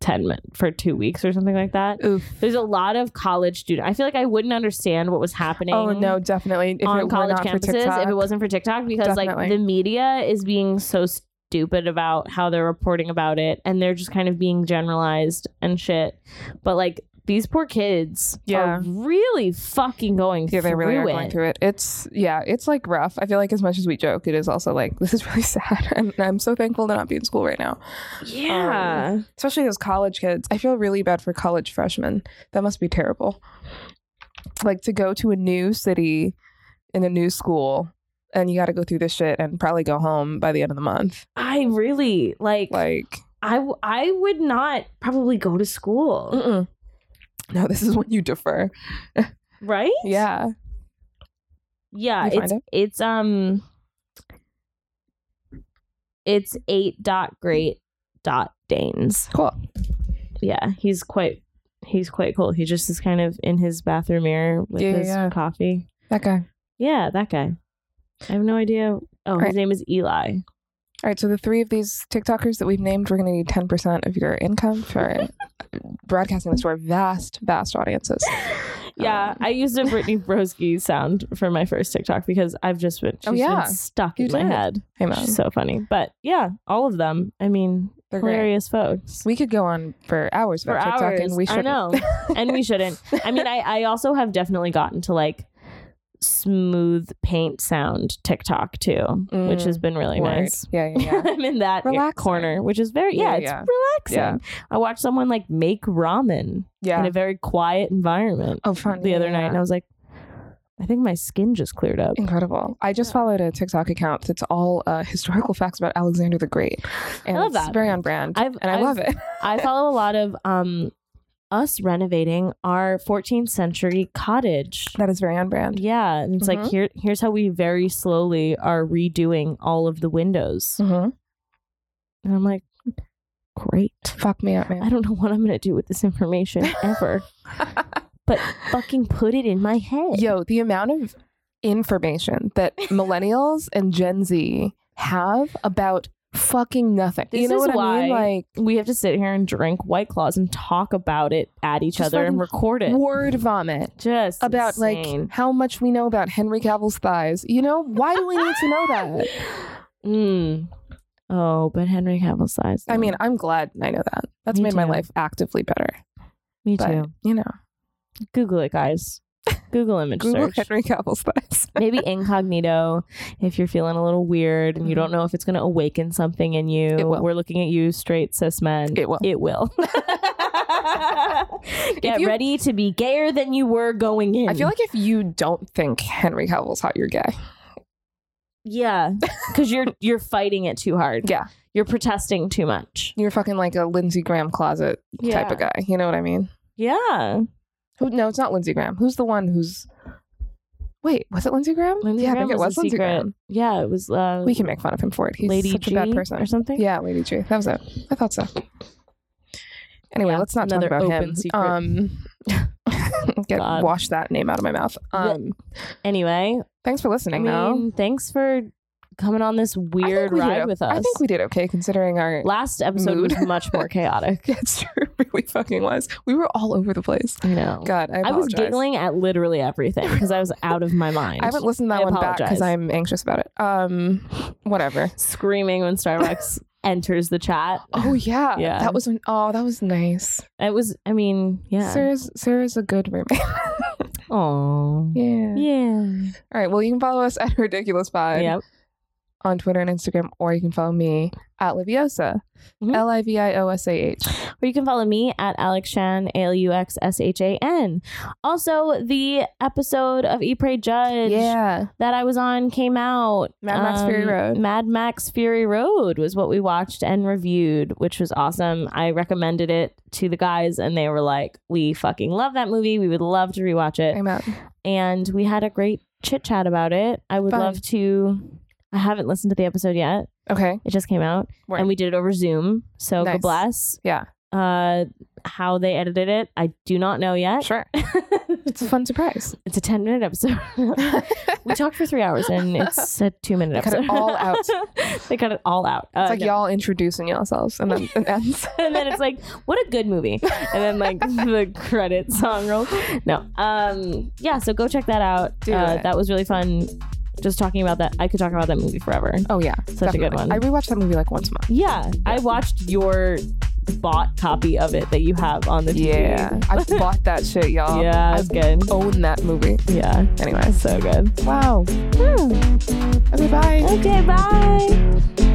ten min- for two weeks or something like that. Oof. There's a lot of college students. I feel like I wouldn't understand what was happening. Oh no, definitely. If it on were college not for campuses TikTok, if it wasn't for TikTok because like Definitely. the media is being so stupid about how they're reporting about it and they're just kind of being generalized and shit. But like these poor kids Yeah. are really fucking going through Yeah, they really are it. going through it. It's yeah, it's like rough. I feel like as much as we joke, it is also like this is really sad. And I'm so thankful to not be in school right now. Yeah. especially those college kids. I feel really bad for college freshmen. That must be terrible. Like to go to a new city in a new school and you got to go through this shit and probably go home by the end of the month. I really like, Like, I w- I would not probably go to school, mm-mm. no, this is when you defer. right? Yeah. Yeah, Mm. You find it's it's um it's eight dot great dot Danes. Cool. Yeah, he's quite he's quite cool. He just is kind of in his bathroom mirror with Yeah, yeah, his yeah. coffee. That guy. Yeah, that guy. I have no idea. Oh, his Right. name is Eli. All right, so the three of these TikTokers that we've named, we're going to need 10% of your income for broadcasting this to our vast, vast audiences. Oh. Yeah, I used a Brittany Broski sound for my first TikTok because I've just been, she's Oh, yeah. been stuck You in my did. head. Hey, man. She's so funny. But yeah, all of them. I mean, They're great. hilarious folks. We could go on for hours for about TikTok, hours. and we should. I know. and we shouldn't. I mean, I, I also have definitely gotten to like smooth paint sound TikTok too, which Mm, has been really nice. Yeah, yeah, yeah. I'm in that Relaxing. corner, which is very yeah, Yeah, it's yeah. relaxing. I watched someone like make ramen in yeah. a very quiet environment Oh, fun. the Yeah, other yeah, night, yeah. and I was like, I think my skin just cleared up. Incredible. I just followed a TikTok account that's all uh, historical facts about Alexander the Great. And love it's that. very on brand. I've- and I I've- love it. I follow a lot of um us renovating our 14th century cottage. that is very on brand. Yeah, and it's like Mhm. here here's how we very slowly are redoing all of the windows. hmm And I'm like, great. Fuck me up, man. I don't know what I'm going to do with this information ever. but fucking put it in my head. Yo, the amount of information that millennials and Gen Z have about fucking nothing. This you know is what I mean? why Like we have to sit here and drink white claws and talk about it at each Just other and fucking record it. word vomit. Just About insane. like how much we know about Henry Cavill's thighs. You know, why do we need to know that? Mm. Oh, but Henry Cavill's size. I mean, I'm glad I know that. That's Me made my too. life actively better. me but, too. You know, Google it, guys. Google image Google search. Henry Cavill's thighs. Maybe incognito if you're feeling a little weird and you don't know if it's going to awaken something in you. Mm-hmm. It will. We're looking at you, straight cis men. It will. It will. Get you- ready to be gayer than you were going in. I feel like if you don't think Henry Cavill's hot, you're gay. yeah, because you're you're fighting it too hard. Yeah. you're protesting too much. You're fucking like a Lindsey Graham closet type of guy. You know what I mean? Yeah, Who, no, it's not Lindsey Graham. Who's the one who's. Wait, was it Lindsey Graham? Lindsey yeah, I Graham think it was a Lindsey secret. Graham. Yeah, it was. Uh, We can make fun of him for it. He's Lady such G a bad person. or something. Yeah, Lady G. That was it. I thought so. Anyway, Yeah, let's not talk another about open him. secret. Um, get, God. wash that name out of my mouth. Um, Anyway, thanks for listening, I though. mean, thanks for coming on this I think weird we did ride o- with I us. think we did okay considering our. Last episode Mood. was much more chaotic. That's true. It Really fucking was. We were all over the place. I know. God, I, I was apologize. giggling at literally everything because I was out of my mind. I haven't listened to that I one back apologize. because I'm anxious about it. Um, whatever. screaming when Starbucks enters the chat. Oh yeah, Yeah. That was an, oh that was nice. It was, I mean, yeah. Sarah's Sarah's a good roommate. Oh. yeah. Yeah. All right. Well, you can follow us at Ridiculous Pod Yep. on Twitter and Instagram, or you can follow me at Liviosa, Mhm. L I V I O S A H. Or you can follow me at Alex Shan, A L U X S H A N. Also, the episode of E Pray Judge Yeah. that I was on came out. Um, Mad Max Fury Road. Mad Max Fury Road was what we watched and reviewed, which was awesome. I recommended it to the guys, and they were like, "We fucking love that movie. We would love to rewatch it." I'm out. And we had a great chit chat about it. I would Fun. love to. I haven't listened to the episode yet. Okay. It just came out, Word. and we did it over Zoom. So God Nice. bless. Yeah. Uh, how they edited it, I do not know yet. Sure. It's a fun surprise. it's a ten minute episode. we talked for three hours, and it's a two minute They cut episode. it all out. they cut it all out. Uh, It's like no. y'all introducing yourselves and then it ends. and then it's like, what a good movie. And then like the credit song rolls. No. Um yeah, so go check that out. Do uh, it. that was really fun just talking about that. I could talk about that movie forever. Oh yeah, Such a good definitely. one. I rewatch that movie like once a month. Yeah. I watched your bought copy of it that you have on the TV. Yeah, I bought that shit, y'all. Yeah, I it's good. own that movie. Yeah. Anyways, So good. wow. Okay, bye. Okay, bye.